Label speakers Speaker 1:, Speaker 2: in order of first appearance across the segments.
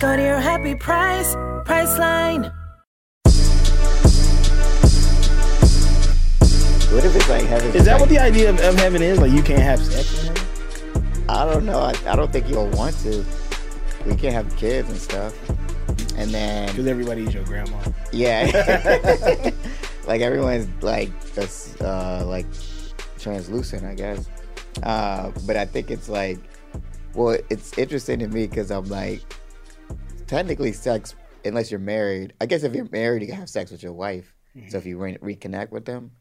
Speaker 1: Go to your happy price, Priceline.
Speaker 2: What if it's like having?
Speaker 3: Is that what the idea of, of heaven is? Like you can't have sex? in heaven?
Speaker 2: I don't know. I, I don't think you'll want to. We can't have kids and stuff. And
Speaker 3: Because
Speaker 2: then
Speaker 3: everybody's your grandma.
Speaker 2: yeah, like everyone's like that's uh, like translucent, I guess. Uh, but I think it's like, well, it's interesting to me because I'm like, technically, sex unless you're married. I guess if you're married, you can have sex with your wife.
Speaker 3: Mm-hmm.
Speaker 2: So if you re- reconnect with them.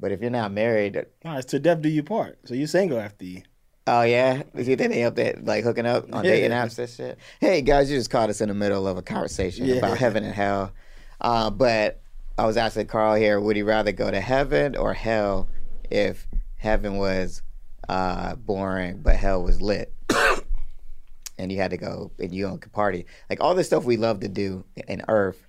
Speaker 2: But if you're not married,
Speaker 3: No, it's to death do you part. So you're single after you.
Speaker 2: Oh yeah, see, then they up that like hooking up on
Speaker 3: Yeah.
Speaker 2: dating apps and shit. Hey guys, you just caught us in the middle of a conversation
Speaker 3: Yeah.
Speaker 2: about heaven and hell. Uh, but I was asking Carl here, would he rather go to heaven or hell if heaven was uh, boring but hell was lit, and you had to go and you don't could party like all the stuff we love to do in Earth,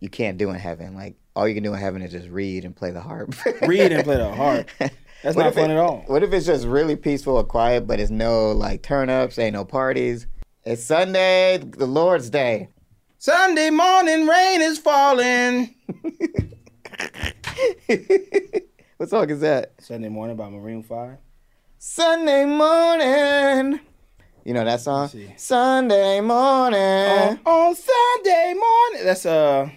Speaker 2: you can't do in heaven. Like all you can do in heaven is just read and play the harp.
Speaker 3: Read and play the harp. That's
Speaker 2: What
Speaker 3: not
Speaker 2: if
Speaker 3: fun
Speaker 2: it-
Speaker 3: at all.
Speaker 2: What if it's just really peaceful and quiet, but it's no like turn ups, ain't no parties? It's Sunday, the Lord's Day.
Speaker 3: Sunday morning rain is falling.
Speaker 2: What song is that?
Speaker 3: Sunday morning by Maroon Five.
Speaker 2: Sunday morning. You know that song?
Speaker 3: see. Uh-huh.
Speaker 2: Sunday morning.
Speaker 3: On, on Sunday morning. That's uh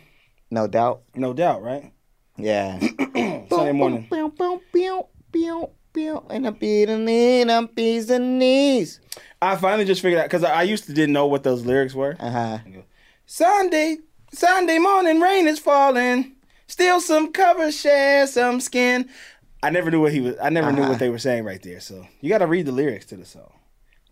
Speaker 2: No doubt.
Speaker 3: no doubt, right?
Speaker 2: Yeah.
Speaker 3: Sunday morning.
Speaker 2: Boom, boom, boom, boom, boom. And I'm beating in, I'm beating knees.
Speaker 3: I finally just figured out because I, I used to didn't know what those lyrics were.
Speaker 2: Uh huh.
Speaker 3: Sunday, Sunday morning rain is falling. Steal some cover, share some skin. I never knew what he was. I never knew
Speaker 2: Uh-huh.
Speaker 3: what they were saying right there. So you got to read the lyrics to the song.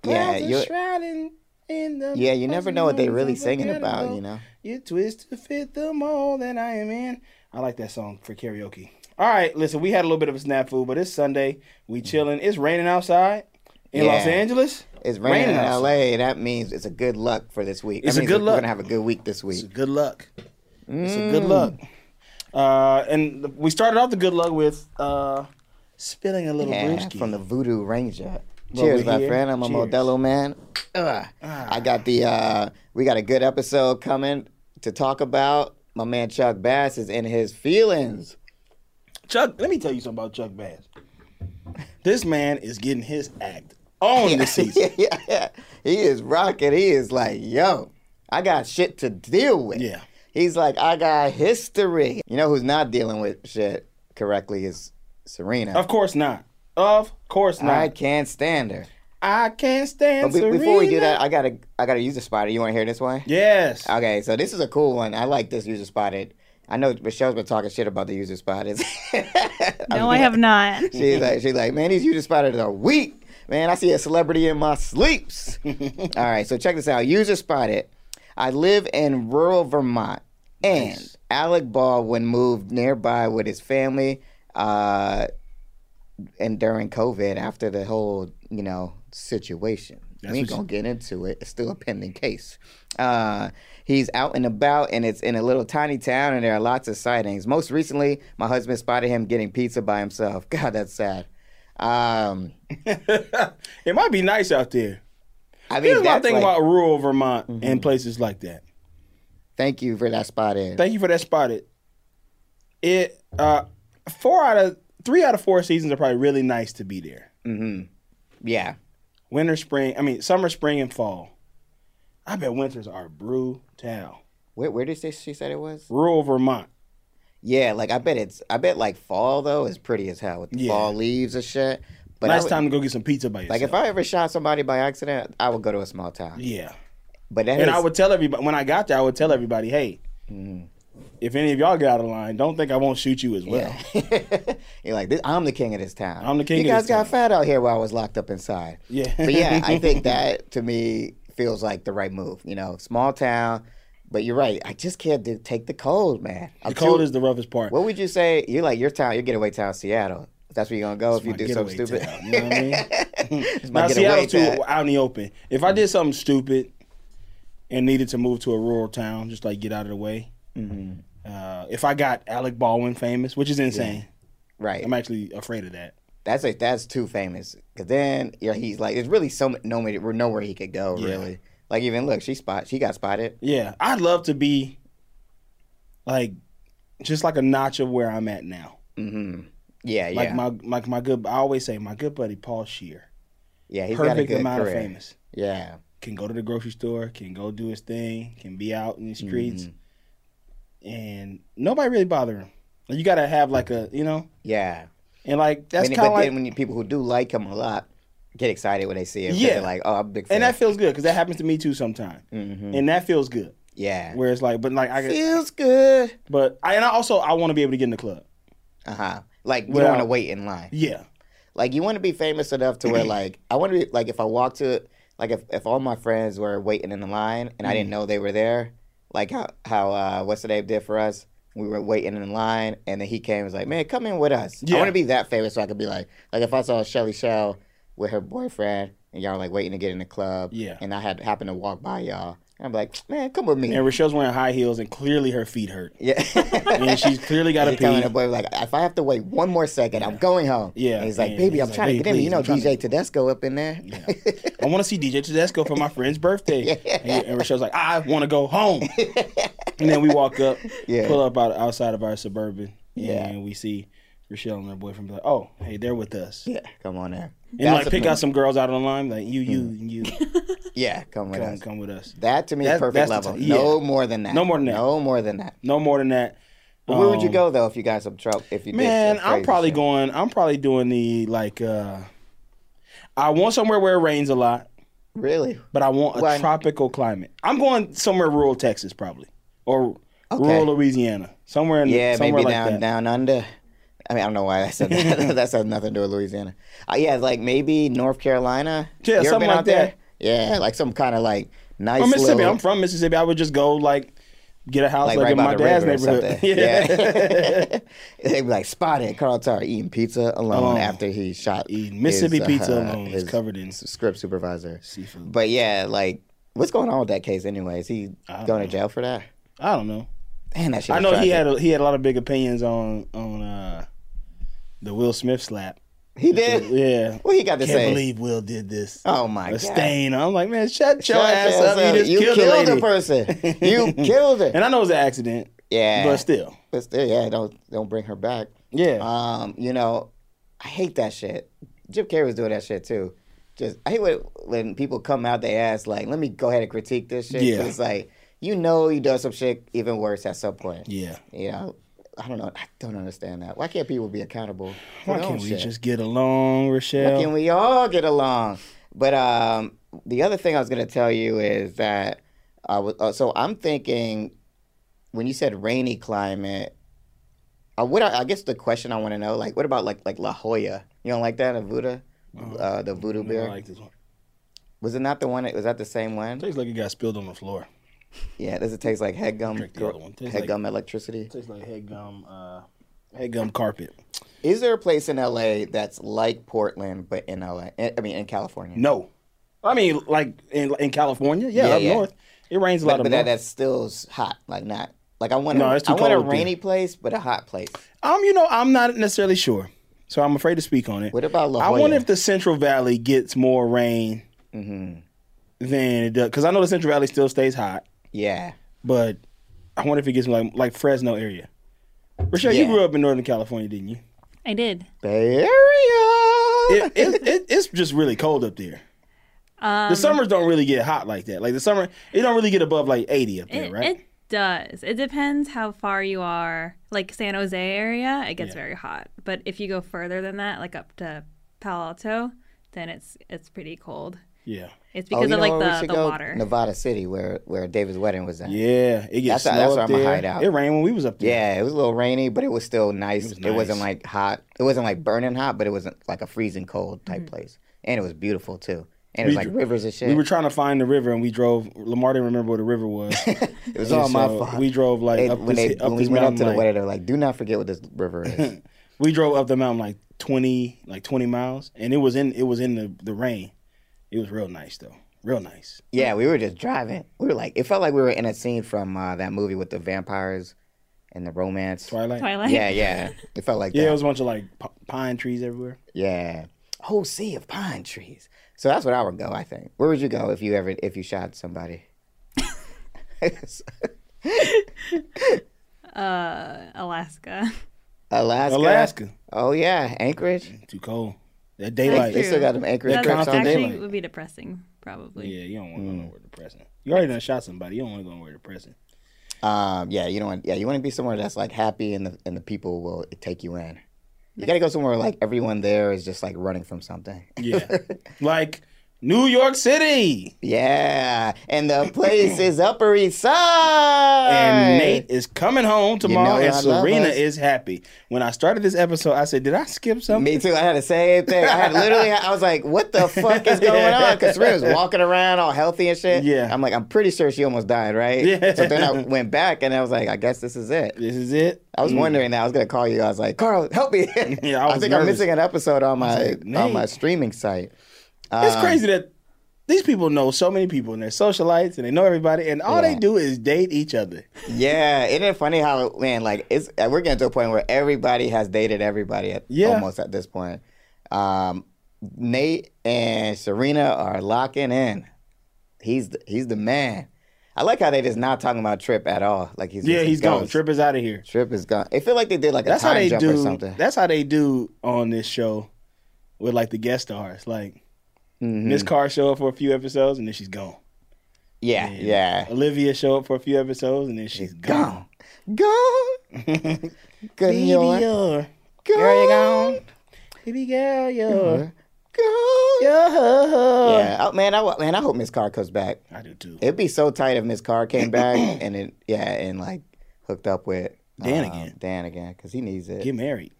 Speaker 2: Yeah,
Speaker 3: Clouds are
Speaker 2: you-
Speaker 3: shrouding in the
Speaker 2: Yeah, you never know what they really
Speaker 3: of a
Speaker 2: singing about,
Speaker 3: rainbow.
Speaker 2: you know?
Speaker 3: You twist to fit the mold that I am in. I like that song for karaoke. All right, listen, we had a little bit of a snafu, but it's Sunday. We chilling. It's raining outside in
Speaker 2: Mm. Yeah.
Speaker 3: Los Angeles.
Speaker 2: It's raining, in
Speaker 3: outside.
Speaker 2: LA. That means it's a good luck for this week. That
Speaker 3: It's a
Speaker 2: means
Speaker 3: good
Speaker 2: we're
Speaker 3: luck.
Speaker 2: gonna have a good week this week.
Speaker 3: It's a good luck. It's a
Speaker 2: Mm.
Speaker 3: good luck. Uh, and th- we started off the good luck with uh, spilling a little
Speaker 2: Yeah,
Speaker 3: brewski.
Speaker 2: from the Voodoo Ranger.
Speaker 3: Well,
Speaker 2: Cheers,
Speaker 3: we're
Speaker 2: my
Speaker 3: here.
Speaker 2: friend. I'm a
Speaker 3: Cheers. Ah.
Speaker 2: Modelo man. Ugh. I got the. Uh, we got a good episode coming to talk about. My man Chuck Bass is in his feelings.
Speaker 3: Chuck, let me tell you something about Chuck Bass. This man is getting his act on this season.
Speaker 2: yeah, yeah, yeah. He is rocking. He is like, yo, I got shit to deal with.
Speaker 3: Yeah.
Speaker 2: He's like, I got history. You know who's not dealing with shit correctly is Serena.
Speaker 3: Of course not. Of course not.
Speaker 2: I can't stand her.
Speaker 3: I can't stand
Speaker 2: But be- before we do
Speaker 3: Serena.
Speaker 2: that, I gotta I gotta use the spotter. You want to hear this one?
Speaker 3: Yes.
Speaker 2: Okay, so this is a cool one. I like this user spotted. I know Michelle's been talking shit about the user spotted.
Speaker 4: No, I have not.
Speaker 2: she's like, she's like, man, these user spotted are weak. Man, I see a celebrity in my sleeps. All right, so check this out. User spotted. I live in rural Vermont, and Alec Baldwin moved nearby with his family. Uh, and during COVID, after the whole you know situation, we ain't gonna get into it. It's still a pending case. Uh, he's out and about, and it's in a little tiny town, and there are lots of sightings. Most recently, my husband spotted him getting pizza by himself. God, that's sad. Um,
Speaker 3: it might be nice out there.
Speaker 2: I mean,
Speaker 3: Here's my
Speaker 2: that's
Speaker 3: thing
Speaker 2: like- Mm-hmm.
Speaker 3: about rural Vermont and places like that.
Speaker 2: thank you for that spot in.
Speaker 3: Thank you for that spotted. It uh four out of three out of four seasons are probably really nice to be there.
Speaker 2: yeah,
Speaker 3: Winter, spring, I mean summer, spring, and fall. I bet winters are brutal.
Speaker 2: where, where did she, she said it was?
Speaker 3: Rural Vermont.
Speaker 2: Yeah, like I bet it's. I bet like fall though is pretty as hell with the
Speaker 3: Yeah.
Speaker 2: fall leaves and shit. But I
Speaker 3: nice
Speaker 2: would-
Speaker 3: time to go get some pizza by yourself.
Speaker 2: Like if I ever shot somebody by accident, I would go to a small town.
Speaker 3: yeah.
Speaker 2: But that
Speaker 3: And
Speaker 2: is- Mm-hmm.
Speaker 3: I would tell everybody when I got there, I would tell everybody, hey, if any of y'all get out of line, don't think I won't shoot you as well.
Speaker 2: You're like, this, I'm the king of this town.
Speaker 3: I'm the king
Speaker 2: You
Speaker 3: of
Speaker 2: guys
Speaker 3: this
Speaker 2: got
Speaker 3: town.
Speaker 2: fat out here while I was locked up inside.
Speaker 3: Yeah.
Speaker 2: But yeah, I think that to me, feels like the right move. You know, small town, but you're right. I just can't do, take the cold, man. I'm
Speaker 3: The cold
Speaker 2: too-
Speaker 3: is the roughest part.
Speaker 2: What would you say? You're like your town, your getaway town, Seattle. That's where you're gonna go if you
Speaker 3: my
Speaker 2: do something
Speaker 3: getaway
Speaker 2: stupid.
Speaker 3: town, you know what I mean?
Speaker 2: It's my
Speaker 3: Now
Speaker 2: getaway
Speaker 3: Seattle too,
Speaker 2: town.
Speaker 3: out in the open. If I did something stupid and needed to move to a rural town, just like get out of the way.
Speaker 2: Mm-hmm.
Speaker 3: Uh, if I got Alec Baldwin famous, which is insane,
Speaker 2: Right.
Speaker 3: I'm actually afraid of that.
Speaker 2: That's like that's too famous. Cause then yeah, he's like there's really so no nowhere he could go really. Like even look, she spot she got spotted.
Speaker 3: Yeah, I'd love to be like just like a notch of where I'm at now.
Speaker 2: Mm-hmm. Yeah, yeah,
Speaker 3: Like my like my good. I always say my good buddy Paul Shear.
Speaker 2: yeah. He's got a
Speaker 3: perfect
Speaker 2: good
Speaker 3: amount
Speaker 2: career.
Speaker 3: of famous.
Speaker 2: Yeah,
Speaker 3: Can go to the grocery store. Can go do his thing. Can be out in the streets,
Speaker 2: Mm-hmm.
Speaker 3: and nobody really bother him. Like, You gotta have like a you know.
Speaker 2: yeah.
Speaker 3: And like that's
Speaker 2: Many-
Speaker 3: kind of
Speaker 2: but
Speaker 3: like,
Speaker 2: then when you, people who do like him a lot get excited when they see him. 'cause
Speaker 3: Yeah.
Speaker 2: they're like oh, I'm a big fan. Mm-hmm.
Speaker 3: and that feels good because that happens to me too sometimes, and that feels good.
Speaker 2: Mm. yeah,
Speaker 3: Where it's like, but like I, could-
Speaker 2: feels good.
Speaker 3: but I and I also I want to be able to get in the club.
Speaker 2: Uh huh. Like you
Speaker 3: Well-
Speaker 2: don't want to wait in line.
Speaker 3: Yeah,
Speaker 2: Like you want to be famous enough to where like I want to be like if I walk to like if, if all my friends were waiting in the line and I
Speaker 3: Mm.
Speaker 2: didn't know they were there, like how how uh, what's the name did for us. We were waiting in line, and then he came. and Was like, "Man, come in with us." I
Speaker 3: Yeah.
Speaker 2: want to be that famous, so I could be like, like if I saw Shelly Shell with her boyfriend, and y'all like waiting to get in the club,
Speaker 3: Yeah.
Speaker 2: and I had happened to walk by y'all, and I'm like, "Man, come with me."
Speaker 3: and Rochelle's wearing high heels and clearly her feet hurt,
Speaker 2: yeah.
Speaker 3: and she's clearly got a
Speaker 2: telling the
Speaker 3: pee.
Speaker 2: boy like, if I have to wait one more second, I'm going home.
Speaker 3: Yeah,
Speaker 2: and he's like,
Speaker 3: and
Speaker 2: baby,
Speaker 3: he's
Speaker 2: I'm
Speaker 3: like,
Speaker 2: trying to
Speaker 3: "Baby,
Speaker 2: get in. You
Speaker 3: please,
Speaker 2: know,
Speaker 3: I'm trying
Speaker 2: DJ Tedesco up in there.
Speaker 3: I want to see DJ Tedesco for my friend's birthday, and, and Rochelle's like, I want to go home. and then we walk up,
Speaker 2: Yeah.
Speaker 3: pull up out outside of our suburban, and
Speaker 2: Yeah.
Speaker 3: we see Rochelle and her boyfriend. Be like, oh, hey, they're with us.
Speaker 2: yeah, come on there.
Speaker 3: And
Speaker 2: That's
Speaker 3: like
Speaker 2: a-
Speaker 3: pick out some girls out on the line, like you, you, and you,
Speaker 2: Yeah, come with
Speaker 3: come,
Speaker 2: us.
Speaker 3: come with us.
Speaker 2: That to me is
Speaker 3: That-
Speaker 2: perfect
Speaker 3: that's the
Speaker 2: level.
Speaker 3: t-
Speaker 2: No
Speaker 3: yeah.
Speaker 2: more than that.
Speaker 3: No more than that.
Speaker 2: No more than that.
Speaker 3: No more than that.
Speaker 2: But where would you
Speaker 3: Um,
Speaker 2: go though if you got some trouble? If you did
Speaker 3: Man,
Speaker 2: some
Speaker 3: I'm
Speaker 2: crazy
Speaker 3: probably
Speaker 2: shit?
Speaker 3: going. I'm probably doing the like. uh I want somewhere where it rains a lot,
Speaker 2: Really?
Speaker 3: but I want a
Speaker 2: Why-
Speaker 3: tropical climate. I'm going somewhere rural Texas, probably, or
Speaker 2: Okay.
Speaker 3: rural Louisiana, somewhere in
Speaker 2: Yeah,
Speaker 3: somewhere
Speaker 2: maybe
Speaker 3: like
Speaker 2: down
Speaker 3: that.
Speaker 2: down under. I mean, I don't know why I said that. that has nothing to do with Louisiana. Uh, yeah, like maybe North Carolina.
Speaker 3: Yeah,
Speaker 2: You ever
Speaker 3: something
Speaker 2: been
Speaker 3: like
Speaker 2: out there?
Speaker 3: that.
Speaker 2: Yeah, like some kind of like nice.
Speaker 3: From Mississippi,
Speaker 2: little-
Speaker 3: I'm from Mississippi. I would just go like get a house
Speaker 2: like,
Speaker 3: like,
Speaker 2: right
Speaker 3: in
Speaker 2: by
Speaker 3: my
Speaker 2: the
Speaker 3: dad's
Speaker 2: river or
Speaker 3: neighborhood.
Speaker 2: something.
Speaker 3: Yeah.
Speaker 2: Yeah, they be like spotted Carl Tower eating pizza alone
Speaker 3: Alone.
Speaker 2: after he shot
Speaker 3: Oh. Eating Mississippi
Speaker 2: his,
Speaker 3: pizza
Speaker 2: uh,
Speaker 3: alone
Speaker 2: his
Speaker 3: is covered in.
Speaker 2: script supervisor. But yeah, like what's going on with that case anyway? Is he going to jail for that?
Speaker 3: I don't know.
Speaker 2: Man, that shit.
Speaker 3: I
Speaker 2: is
Speaker 3: know he
Speaker 2: tragic.
Speaker 3: had a, he had a lot of big opinions on on uh the Will Smith slap.
Speaker 2: He did.
Speaker 3: Yeah.
Speaker 2: What he got to
Speaker 3: Can't
Speaker 2: say?
Speaker 3: believe Will did this.
Speaker 2: oh my
Speaker 3: a
Speaker 2: god.
Speaker 3: stain. I'm like, man, shut, your
Speaker 2: Shut
Speaker 3: ass
Speaker 2: yourself
Speaker 3: up. You just killed, a lady.
Speaker 2: a person. You killed her.
Speaker 3: And I know it was an accident,
Speaker 2: yeah.
Speaker 3: but still.
Speaker 2: But still, yeah, don't don't bring her back.
Speaker 3: Yeah.
Speaker 2: Um, you know, I hate that shit. Jim Carrey was doing that shit too. Just I hate when, when people come out they ask like, "Let me go ahead and critique this shit." 'cause
Speaker 3: Yeah.
Speaker 2: It's like you know you done some shit even worse at some point.
Speaker 3: yeah.
Speaker 2: You know, I don't know. I don't understand that. Why can't people be accountable? for
Speaker 3: Why
Speaker 2: their own
Speaker 3: can't we
Speaker 2: shit?
Speaker 3: just get along, Rochelle?
Speaker 2: Why can we all get along? But um, the other thing I was going to tell you is that I was, uh, so I'm thinking when you said rainy climate, I would I, I guess the question I want to know like what about like like La Jolla? You don't like that in Voodoo? Uh, the voodoo
Speaker 3: I
Speaker 2: beer
Speaker 3: don't like this one.
Speaker 2: was it not the one? That, was that the same one?
Speaker 3: Tastes like it got spilled on the floor.
Speaker 2: Yeah, does it taste like head gum?
Speaker 3: Drink the other one. Tastes
Speaker 2: Head
Speaker 3: like-
Speaker 2: gum electricity.
Speaker 3: Tastes like head gum, uh, head gum carpet.
Speaker 2: Is there a place in LA that's like Portland but in LA? I mean, in California?
Speaker 3: No, I mean like in in California, yeah,
Speaker 2: Yeah,
Speaker 3: up
Speaker 2: yeah.
Speaker 3: north, it rains a lot.
Speaker 2: but,
Speaker 3: of
Speaker 2: but that,
Speaker 3: months.
Speaker 2: that's still s- hot. Like not like I want.
Speaker 3: No,
Speaker 2: a,
Speaker 3: it's too
Speaker 2: I want a
Speaker 3: cold up there.
Speaker 2: rainy place, but a hot place.
Speaker 3: Um, you know, I'm not necessarily sure, so I'm afraid to speak on it.
Speaker 2: What about La
Speaker 3: I
Speaker 2: Jolla?
Speaker 3: wonder if the Central Valley gets more rain
Speaker 2: Mm-hmm.
Speaker 3: than it does, because I know the Central Valley still stays hot,
Speaker 2: Yeah,
Speaker 3: but I wonder if it gets like like Fresno area. Rochelle,
Speaker 2: Yeah.
Speaker 3: you grew up in Northern California, didn't you?
Speaker 4: I did.
Speaker 2: Bay Area.
Speaker 3: It, it, it, it's just really cold up there.
Speaker 4: Um,
Speaker 3: the summers don't really get hot like that. Like the summer, it don't really get above like 80 up there,
Speaker 4: It,
Speaker 3: right?
Speaker 4: it does. It depends how far you are. Like San Jose area, it gets very hot. But if you go further than that, like up to Palo Alto, then it's it's pretty cold.
Speaker 3: yeah,
Speaker 4: It's
Speaker 2: Oh,
Speaker 4: because
Speaker 2: you know
Speaker 4: of
Speaker 2: where we
Speaker 4: like
Speaker 2: should
Speaker 4: the, the
Speaker 2: go?
Speaker 4: water.
Speaker 2: Nevada City, where where David's wedding was at.
Speaker 3: yeah. It gets
Speaker 2: That's- that's
Speaker 3: snow
Speaker 2: where
Speaker 3: up
Speaker 2: I'ma
Speaker 3: there.
Speaker 2: hide out.
Speaker 3: It rained when we was up there.
Speaker 2: Yeah, it was a little rainy, but it was still nice. It, was not
Speaker 3: was nice.
Speaker 4: Mm-hmm.
Speaker 2: like hot. It wasn't like burning hot, but it wasn't like a freezing cold type place. And it was beautiful too. and it's
Speaker 3: We
Speaker 2: like
Speaker 3: dr-
Speaker 2: rivers and shit.
Speaker 3: We were trying to find the river, and we drove. Lamar didn't remember where the river was.
Speaker 2: it was all my fault.
Speaker 3: We drove like
Speaker 2: They-
Speaker 3: up
Speaker 2: when
Speaker 3: this,
Speaker 2: they
Speaker 3: up
Speaker 2: when
Speaker 3: this
Speaker 2: we went up
Speaker 3: mountain.
Speaker 2: to the
Speaker 3: like-
Speaker 2: weather, they were like, "Do not forget what this river is."
Speaker 3: we drove up the mountain like twenty, like twenty miles, and it was in it was in the, the rain. It was real nice though, real nice.
Speaker 2: yeah, we were just driving. We were like, it felt like we were in a scene from uh, that movie with the vampires and the romance.
Speaker 3: Twilight.
Speaker 4: Twilight.
Speaker 2: Yeah, yeah, it felt like
Speaker 3: Yeah,
Speaker 2: that.
Speaker 3: it was a bunch of like p- pine trees everywhere.
Speaker 2: Yeah. Whole sea of pine trees. So that's where I would go, I think. Where would you go if you ever if you shot somebody?
Speaker 4: Alaska.
Speaker 2: Alaska.
Speaker 3: Alaska,
Speaker 2: Oh yeah, Anchorage.
Speaker 3: too cold. That
Speaker 2: They,
Speaker 3: daylight.
Speaker 2: they still got them Anchorage
Speaker 4: That's
Speaker 2: trips
Speaker 3: constant
Speaker 2: on
Speaker 4: actually
Speaker 2: there.
Speaker 3: daylight.
Speaker 4: would be depressing, probably.
Speaker 3: Yeah, you don't want
Speaker 2: Hmm.
Speaker 3: to go nowhere depressing. You already done shot somebody. You don't want to go nowhere depressing.
Speaker 2: Um, yeah, you don't want. Yeah, you want to be somewhere that's like happy and the and the people will take you in. You gotta go somewhere like everyone there is just like running from something.
Speaker 3: Yeah, like New York City,
Speaker 2: Yeah, and the place is Upper East Side.
Speaker 3: and Nate is coming home tomorrow,
Speaker 2: know
Speaker 3: and
Speaker 2: I love
Speaker 3: Serena
Speaker 2: us.
Speaker 3: is happy. When I started this episode, I said, "Did I skip something?"
Speaker 2: Me too. I had the same thing. I had literally, I was like, what the fuck is going on? Because Serena was walking around all healthy and shit.
Speaker 3: Yeah.
Speaker 2: I'm like, I'm pretty sure she almost died, right?
Speaker 3: Yeah.
Speaker 2: So then I went back and I was like, I guess this is it.
Speaker 3: This is it.
Speaker 2: I was wondering that. I was going to call you. I was like, Carl, help me.
Speaker 3: Mm. Yeah, I was
Speaker 2: think I'm
Speaker 3: nervous.
Speaker 2: missing an episode on my
Speaker 3: like,
Speaker 2: on my
Speaker 3: Nate.
Speaker 2: streaming site.
Speaker 3: It's crazy that these people know so many people and they're socialites and they know everybody and all they
Speaker 2: Yeah.
Speaker 3: do is date each other.
Speaker 2: Yeah, isn't it funny how man like it's uh, we're getting to a point where everybody has dated everybody at
Speaker 3: Yeah.
Speaker 2: almost at this point. Um, Nate and Serena are locking in. He's the, he's the man. I like how they just not talking about Trip at all. Like he's
Speaker 3: Yeah,
Speaker 2: just
Speaker 3: he's gone.
Speaker 2: ghost.
Speaker 3: Trip is out of here.
Speaker 2: Trip is gone. It feel like they did like
Speaker 3: That's
Speaker 2: a
Speaker 3: how
Speaker 2: time
Speaker 3: they
Speaker 2: jump or
Speaker 3: do.
Speaker 2: something.
Speaker 3: That's how they do on this show with like the guest stars. Like
Speaker 2: Mm-hmm.
Speaker 3: Miss Carr show up for a few episodes and then she's gone.
Speaker 2: yeah, yeah.
Speaker 3: Olivia show up for a few episodes and then she's gone.
Speaker 2: Gone, gone. Good you're gone,
Speaker 3: you're gone. Baby girl, you're gone.
Speaker 2: Yeah, oh, man. I wa- man, I hope Miss Carr comes back.
Speaker 3: I do too.
Speaker 2: It'd be so tight if Miss Carr came back and it, yeah, and like hooked up with
Speaker 3: Dan
Speaker 2: um,
Speaker 3: again.
Speaker 2: Dan again, because he needs it. Um,
Speaker 3: Get married.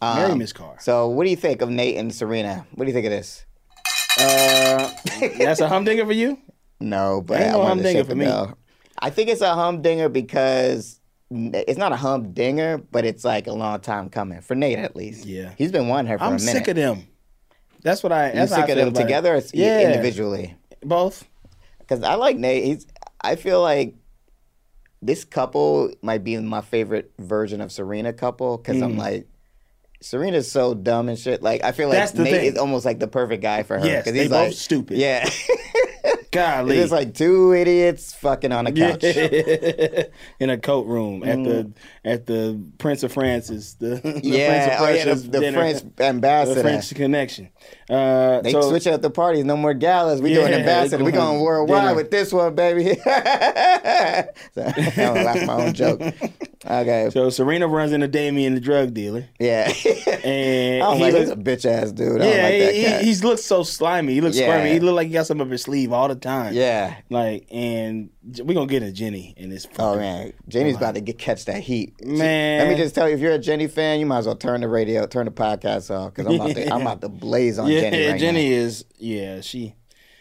Speaker 3: Marry Miss Carr.
Speaker 2: so, what do you think of Nate and Serena? What do you think of this?
Speaker 3: Uh, that's a humdinger for you?
Speaker 2: No, but
Speaker 3: Ain't
Speaker 2: I
Speaker 3: no
Speaker 2: wanted to
Speaker 3: humdinger
Speaker 2: shake
Speaker 3: for
Speaker 2: the
Speaker 3: me.
Speaker 2: bell. I think it's a humdinger because n- it's not a humdinger, but it's like a long time coming for Nate at least.
Speaker 3: Yeah.
Speaker 2: he's been wanting her for a
Speaker 3: I'm
Speaker 2: minute.
Speaker 3: sick of them. That's what I.
Speaker 2: You
Speaker 3: That's how I
Speaker 2: sick of
Speaker 3: feel
Speaker 2: them
Speaker 3: about it.
Speaker 2: together, or s-
Speaker 3: Yeah,
Speaker 2: individually?
Speaker 3: Both.
Speaker 2: Because I like Nate. He's. I feel like this couple might be my favorite version of Serena couple. Because
Speaker 3: Mm.
Speaker 2: I'm like, Serena's so dumb and shit. Like I feel like
Speaker 3: That's the
Speaker 2: Nate
Speaker 3: thing.
Speaker 2: is almost like the perfect guy for her.
Speaker 3: Yes,
Speaker 2: 'cause
Speaker 3: they
Speaker 2: he's
Speaker 3: both
Speaker 2: like,
Speaker 3: stupid.
Speaker 2: Yeah,
Speaker 3: Golly.
Speaker 2: it's like two idiots fucking on a couch. Mm.
Speaker 3: in a coat room at the at the Prince of Francis. The, the
Speaker 2: Yeah, oh, yeah, the,
Speaker 3: Prince of Prussia's
Speaker 2: the
Speaker 3: dinner.
Speaker 2: French
Speaker 3: The
Speaker 2: ambassador.
Speaker 3: French connection. Uh,
Speaker 2: They
Speaker 3: so,
Speaker 2: switch out the parties. No more galas. We doing
Speaker 3: Yeah,
Speaker 2: ambassador. We
Speaker 3: they going
Speaker 2: going worldwide
Speaker 3: dinner.
Speaker 2: with this one, baby. so, I don't laugh at my own joke. Okay.
Speaker 3: so Serena runs into Damien, the drug dealer,
Speaker 2: yeah.
Speaker 3: and
Speaker 2: I don't
Speaker 3: he
Speaker 2: like,
Speaker 3: looks.
Speaker 2: he's a bitch ass dude. I
Speaker 3: yeah,
Speaker 2: don't like
Speaker 3: he,
Speaker 2: that guy.
Speaker 3: he, he looks so slimy. He looks
Speaker 2: Yeah.
Speaker 3: slimy. He look like he got something up his sleeve all the time.
Speaker 2: yeah.
Speaker 3: Like, and we're gonna get a Jenny in this.
Speaker 2: Oh man, Jenny's about to get catch that heat. She-
Speaker 3: Man.
Speaker 2: let me just tell you, if you're a Jenny fan, you might as well turn the radio, turn the podcast off, because I'm about to, I'm about to blaze on
Speaker 3: yeah,
Speaker 2: Jenny right
Speaker 3: Jenny is. Yeah, she.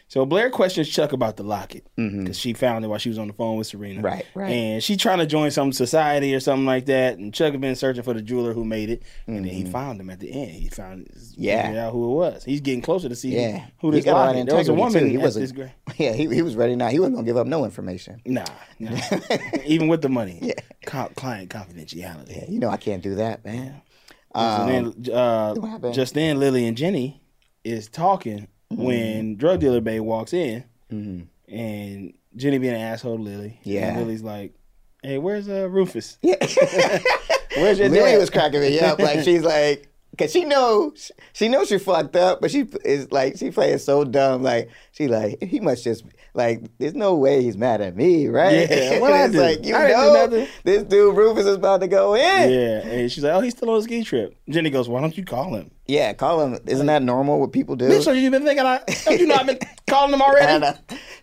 Speaker 3: So Blair questions Chuck about the locket because she found it while she was on the phone with Serena.
Speaker 2: Mm-hmm. Right. Right.
Speaker 3: And she trying to join some society or something like that. And Chuck had been searching for the jeweler who made it, and then he found him at the end. He found
Speaker 2: Mm-hmm. Yeah.
Speaker 3: figured out who it was. He's getting closer to see
Speaker 2: Yeah.
Speaker 3: who
Speaker 2: He
Speaker 3: this
Speaker 2: got a lot of
Speaker 3: locket. There was a
Speaker 2: integrity,
Speaker 3: woman.
Speaker 2: too. He
Speaker 3: at
Speaker 2: wasn't-
Speaker 3: this gra-
Speaker 2: now. Yeah, he, he was ready now. He wasn't gonna give up no information.
Speaker 3: Nah, nah. even with the money. Yeah. client confidentiality.
Speaker 2: Yeah, you know I can't do that, man.
Speaker 3: so then, uh,
Speaker 2: Um, happened? Mm-hmm.
Speaker 3: just then, Lily and Jenny is talking when drug dealer Bay walks in, and Jenny being an asshole to Lily.
Speaker 2: Yeah.
Speaker 3: and Lily's like, "Hey, where's uh, Rufus?
Speaker 2: Where's your Lily
Speaker 3: dad?
Speaker 2: was cracking me up. Like she's like, cause she knows she knows she fucked up, but she is like she playing so dumb. Like she like he must just like there's no way he's mad at me, right?
Speaker 3: Yeah, what I
Speaker 2: It's
Speaker 3: do?
Speaker 2: Like you
Speaker 3: I didn't do
Speaker 2: know
Speaker 3: nothing.
Speaker 2: this dude Rufus is about to go in. Yeah,
Speaker 3: Yeah." And she's like, "Oh, he's still on a ski trip." Jenny goes, "Why don't you call him?"
Speaker 2: call him. Isn't that normal? What people do?
Speaker 3: Bitch, so you've been thinking, I have you not been calling him
Speaker 2: I
Speaker 3: already?
Speaker 2: know.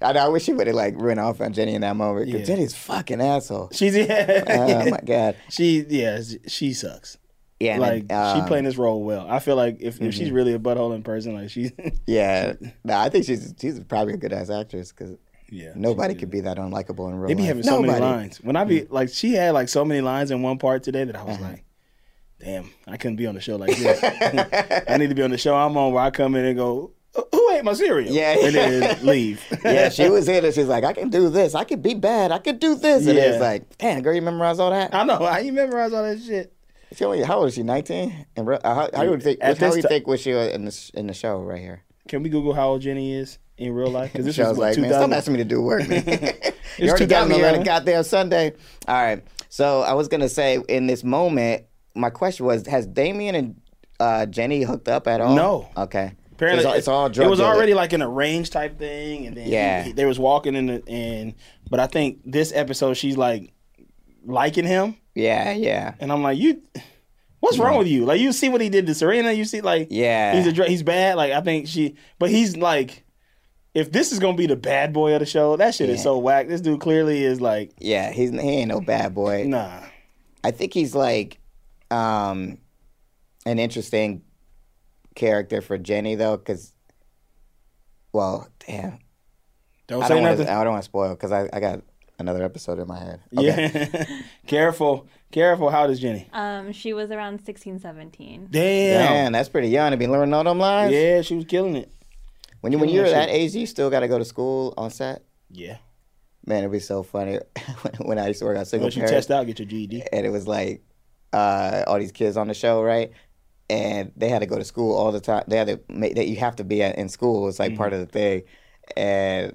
Speaker 2: I, know, I wish she would have like run off on Jenny in that moment. 'cause Jenny's fucking asshole.
Speaker 3: She's yeah,
Speaker 2: Oh my god.
Speaker 3: she yeah, she sucks.
Speaker 2: Yeah, Uh-huh. and
Speaker 3: Like
Speaker 2: then, um, mm-hmm.
Speaker 3: she playing this role well. I feel like if, if she's really a butthole in person, like she,
Speaker 2: Yeah, no, I think she's she's probably a good ass actress because
Speaker 3: yeah,
Speaker 2: nobody could be that unlikable in real
Speaker 3: They be
Speaker 2: life.
Speaker 3: having so
Speaker 2: nobody.
Speaker 3: many lines. When I be like, she had like so many lines in one part today that I was
Speaker 2: Uh-huh.
Speaker 3: like, damn, I couldn't be on the show like this. I need to be on the show I'm on where I come in and go, who ate my cereal?
Speaker 2: Yeah.
Speaker 3: and then leave.
Speaker 2: yeah, she was in it. She's like, I can do this. I could be bad. I could do this. And
Speaker 3: Yeah.
Speaker 2: it's like, damn, girl, you memorize all that.
Speaker 3: I know. I you memorize all that shit.
Speaker 2: She only, how old is she? Nineteen. And re- uh, how, how do you think?
Speaker 3: At
Speaker 2: How
Speaker 3: this
Speaker 2: do you
Speaker 3: ti-
Speaker 2: think was she uh, in the sh- in the show right here?
Speaker 3: Can we Google how old Jenny is in real life? Because this
Speaker 2: She
Speaker 3: was,
Speaker 2: was
Speaker 3: what,
Speaker 2: like, man,
Speaker 3: 2000
Speaker 2: stop asking me to do work, man. you already got me here on a
Speaker 3: 2011.
Speaker 2: goddamn Sunday. All right. So I was gonna say in this moment, my question was, has Damien and uh, Jenny hooked up at all?
Speaker 3: No.
Speaker 2: Okay. So
Speaker 3: Apparently,
Speaker 2: it's all, it's all drug
Speaker 3: It was
Speaker 2: dealing.
Speaker 3: already like an arranged type thing, and then he-
Speaker 2: Yeah.
Speaker 3: he- they was walking in the and. But I think this episode, she's like liking him,
Speaker 2: Yeah, yeah.
Speaker 3: and I'm like, you, what's wrong with you? Like, you see what he did to Serena, you see like,
Speaker 2: Yeah.
Speaker 3: he's a dr- he's bad. Like, I think she, but he's like, if this is gonna be the bad boy of the show, that shit is
Speaker 2: Yeah.
Speaker 3: so whack. This dude clearly is like,
Speaker 2: Yeah, he's he ain't no bad boy.
Speaker 3: nah,
Speaker 2: I think he's like um an interesting character for Jenny though, because well, damn.
Speaker 3: don't
Speaker 2: I
Speaker 3: say
Speaker 2: don't want
Speaker 3: nothing.
Speaker 2: to. I don't want to spoil because I, I got another episode in my head.
Speaker 3: Yeah, careful, careful. How does Jenny?
Speaker 4: Um, she was around 16, 17.
Speaker 3: Damn.
Speaker 2: Man, that's pretty young to be learning all them lines.
Speaker 3: Yeah, she was killing it.
Speaker 2: When you when
Speaker 3: Killing
Speaker 2: you're
Speaker 3: that
Speaker 2: that age, you still got to go to school on set.
Speaker 3: Yeah.
Speaker 2: Man, it'd be so funny when I used to work on single
Speaker 3: Once you
Speaker 2: parent,
Speaker 3: test out, get your E GED.
Speaker 2: and it was like uh, all these kids on the show, right? And they had to go to school all the time. They had to make that you have to be at, in school. It's like
Speaker 3: Mm-hmm.
Speaker 2: part of the thing. And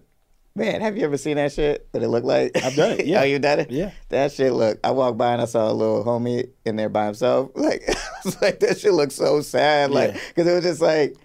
Speaker 2: man, have you ever seen that shit? What it looked like?
Speaker 3: I've done it, yeah.
Speaker 2: oh, you done it?
Speaker 3: Yeah.
Speaker 2: That shit look. I walked by and I saw a little homie in there by himself. Like, I was like that shit looked so sad. Like,
Speaker 3: Yeah.
Speaker 2: because it was just like,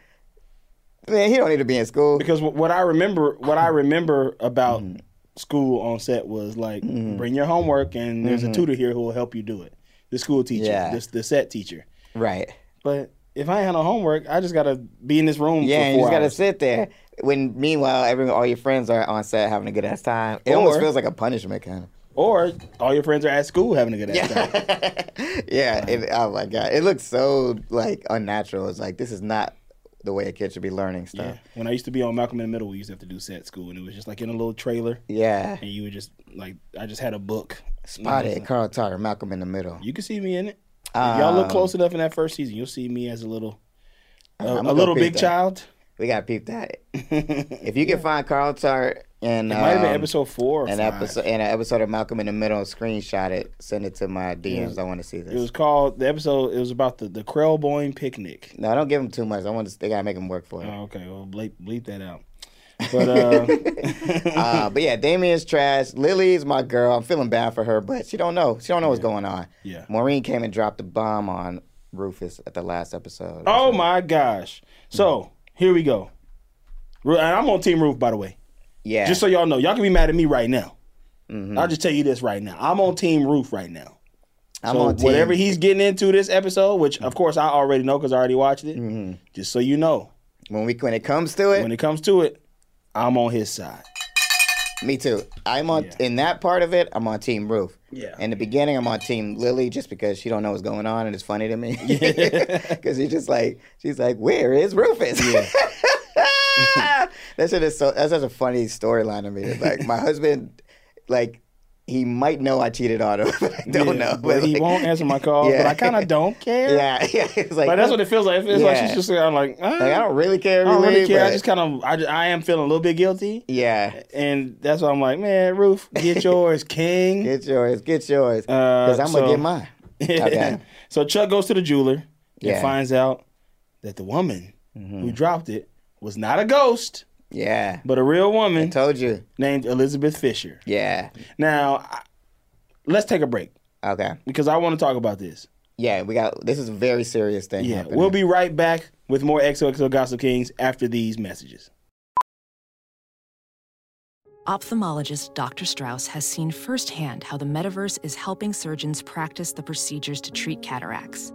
Speaker 2: man, he don't need to be in school.
Speaker 3: Because wh- what I remember, what I remember about
Speaker 2: Mm-hmm.
Speaker 3: school on set was like, bring your homework, and there's a tutor here who will help you do it. The school teacher,
Speaker 2: Mm-hmm. Yeah.
Speaker 3: this the set teacher.
Speaker 2: Right.
Speaker 3: But if I ain't had no homework, I just gotta be in this room.
Speaker 2: Yeah,
Speaker 3: for
Speaker 2: and you
Speaker 3: four
Speaker 2: just gotta
Speaker 3: hours.
Speaker 2: sit there. When meanwhile, every all your friends are on set having a good ass time. It almost
Speaker 3: Or-
Speaker 2: feels like a punishment, kind of.
Speaker 3: Or all your friends are at school having a good ass time.
Speaker 2: Yeah. It, oh my god, it looks so like unnatural. It's like this is not the way a kid should be learning
Speaker 3: Yeah.
Speaker 2: stuff.
Speaker 3: When I used to be on Malcolm in the Middle, we used to have to do set school, and it was just like in a little trailer,
Speaker 2: Yeah.
Speaker 3: and you would just like, I just had a book.
Speaker 2: Spot it, Carl Tarter, Malcolm in the Middle.
Speaker 3: You can see me in it. If y'all look close enough in that first season, you'll see me as a little, a,
Speaker 2: Um, I'm
Speaker 3: a
Speaker 2: gonna
Speaker 3: little
Speaker 2: go peep
Speaker 3: big
Speaker 2: that.
Speaker 3: child.
Speaker 2: We gotta peep that. if you can find Carl Tart and
Speaker 3: Might have been
Speaker 2: um,
Speaker 3: episode four. Or
Speaker 2: an
Speaker 3: five.
Speaker 2: episode and an episode of Malcolm in the Middle, screenshot it, send it to my DMs. I want to see this.
Speaker 3: It was called the episode. It was about the the Krellboyne picnic.
Speaker 2: no, don't give them too much. I want to. They gotta make them work for it.
Speaker 3: Oh, okay, well bleep bleep that out. But uh,
Speaker 2: uh, but yeah, Damien's trash. Lily's my girl. I'm feeling bad for her, but she don't know. She don't know what's going on.
Speaker 3: Yeah.
Speaker 2: Maureen came and dropped the bomb on Rufus at the last episode.
Speaker 3: oh my gosh!
Speaker 2: Hmm.
Speaker 3: So here we go. Ru- And I'm on Team Roof, by the way.
Speaker 2: yeah. Mm-hmm.
Speaker 3: Just so y'all know, y'all can be mad at me right now. I'll just tell you this right now. I'm on Team Roof right now.
Speaker 2: I'm
Speaker 3: So
Speaker 2: on team. Mm.
Speaker 3: whatever he's getting into this episode, which of course I already know because I already watched it.
Speaker 2: Mm-hmm.
Speaker 3: Just so you know,
Speaker 2: when we when it comes to it,
Speaker 3: when it comes to it, I'm on his side.
Speaker 2: me too. I'm on in that part of it. I'm on Team Roof.
Speaker 3: Yeah.
Speaker 2: In the beginning, I'm on Team Lily just because she don't know what's going on and it's funny to me. Because she's just like she's like, where is Rufus? that shit is so. That's such a funny storyline to me. It's Like my husband, like he might know I cheated on him. but I don't
Speaker 3: Yeah,
Speaker 2: know.
Speaker 3: but, he
Speaker 2: like,
Speaker 3: won't answer my calls. But
Speaker 2: Yeah.
Speaker 3: I kind of don't care.
Speaker 2: Yeah, yeah. It's like,
Speaker 3: But that's what it feels like. It feels like
Speaker 2: Yeah.
Speaker 3: she's just I'm like, ah,
Speaker 2: like, I don't really care.
Speaker 3: I don't really care. I
Speaker 2: but-
Speaker 3: just kind of, I, ju- I am feeling a little bit guilty,
Speaker 2: yeah.
Speaker 3: and that's why I'm like, man, Roof, get yours, King.
Speaker 2: Get yours. Get yours. Because I'm
Speaker 3: Uh, so-
Speaker 2: gonna get mine. Okay.
Speaker 3: so Chuck goes to the jeweler
Speaker 2: Yeah. Mm-hmm.
Speaker 3: and finds out that the woman who dropped it was not a ghost,
Speaker 2: Yeah.
Speaker 3: but a real woman
Speaker 2: Told you.
Speaker 3: named Elizabeth Fisher.
Speaker 2: Yeah.
Speaker 3: Now, I, let's take a break
Speaker 2: Okay.
Speaker 3: because I want to talk about this.
Speaker 2: Yeah, we got this is a very serious thing.
Speaker 3: Yeah,
Speaker 2: happening.
Speaker 3: we'll be right back with more XOXO Gossip Kings after these messages.
Speaker 5: Ophthalmologist Dr. Strauss has seen firsthand how the metaverse is helping surgeons practice the procedures to treat cataracts.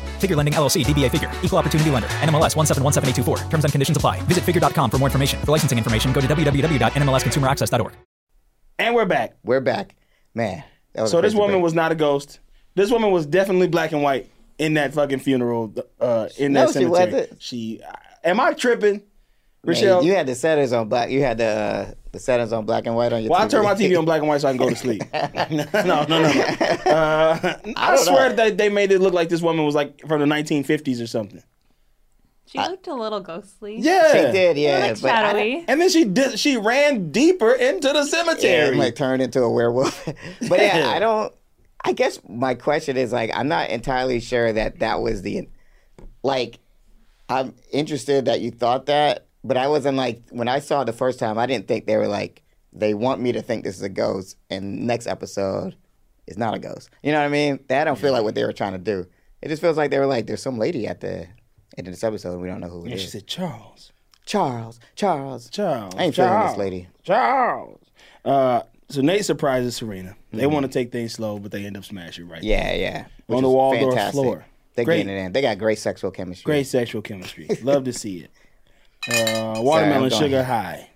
Speaker 6: Figure Lending LLC, DBA Figure, Equal Opportunity Lender, NMLS 1717824. Terms and conditions apply. Visit figure.com for more information. For licensing information, go to www.nmlsconsumeraccess.org.
Speaker 3: And we're back.
Speaker 2: We're back, man. That was a
Speaker 3: So this
Speaker 2: crazy
Speaker 3: woman
Speaker 2: debate.
Speaker 3: was not a ghost. This woman was definitely black and white in that fucking funeral. Uh, in
Speaker 2: No,
Speaker 3: that
Speaker 2: she
Speaker 3: cemetery.
Speaker 2: wasn't.
Speaker 3: She. Am I tripping,
Speaker 2: Man,
Speaker 3: Rochelle?
Speaker 2: you had the settings on black. You had the uh, the settings on black and white on your.
Speaker 3: well,
Speaker 2: TV.
Speaker 3: I turn my TV on black and white so I can go to sleep. no, no, no, no. Uh, I, swear that they made it look like this woman was like from the 1950s or something.
Speaker 4: She looked a little ghostly.
Speaker 3: Yeah,
Speaker 2: She did, Uh,
Speaker 4: A
Speaker 2: yeah.
Speaker 4: little
Speaker 2: but I-
Speaker 4: shadowy.
Speaker 3: And then she did. She ran deeper into the
Speaker 2: yeah,
Speaker 3: cemetery.
Speaker 2: and, like turned into a werewolf. but yeah,
Speaker 3: Yeah.
Speaker 2: I don't. I guess my question is like, I'm not entirely sure that that was the, like, I'm interested that you thought that, but I wasn't like when I saw it the first time, I didn't think they were like they want me to think this is a ghost, and next episode, it's not a ghost. You know what I mean? That don't feel like what they were trying to do. It just feels like they were like, there's some lady at the end of this episode, and we don't know who it is.
Speaker 3: and she said, Charles,
Speaker 2: Charles, Charles,
Speaker 3: Charles.
Speaker 2: I ain't feeling
Speaker 3: Charles,
Speaker 2: this lady.
Speaker 3: Charles. Uh, so Nate surprises Serena. They want to take things slow, but they end up smashing right.
Speaker 2: Mm-hmm. Yeah, yeah. Which
Speaker 3: On the
Speaker 2: is
Speaker 3: Waldorf floor.
Speaker 2: They're
Speaker 3: Great.
Speaker 2: getting it in. They got great sexual chemistry.
Speaker 3: Great sexual chemistry. Love to see it. Uh, watermelon
Speaker 2: going.
Speaker 3: sugar high.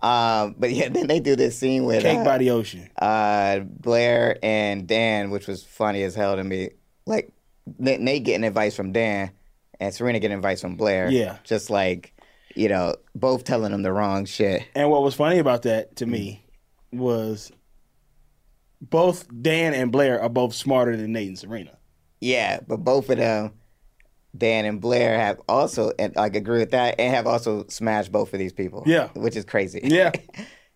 Speaker 2: Um, but yeah, then they do this scene with
Speaker 3: Cake
Speaker 2: uh,
Speaker 3: by the ocean.
Speaker 2: uh, Blair and Dan, which was funny as hell to me. Like Nate, Nate getting advice from Dan, and Serena getting advice from Blair.
Speaker 3: Yeah.
Speaker 2: just like you know, both telling them the wrong shit.
Speaker 3: And what was funny about that to me
Speaker 2: Mm-hmm.
Speaker 3: was both Dan and Blair are both smarter than Nate and Serena.
Speaker 2: Yeah, but both of them, Dan and Blair, have also and like agree with that, and have also smashed both of these people.
Speaker 3: Yeah.
Speaker 2: which is crazy.
Speaker 3: Yeah.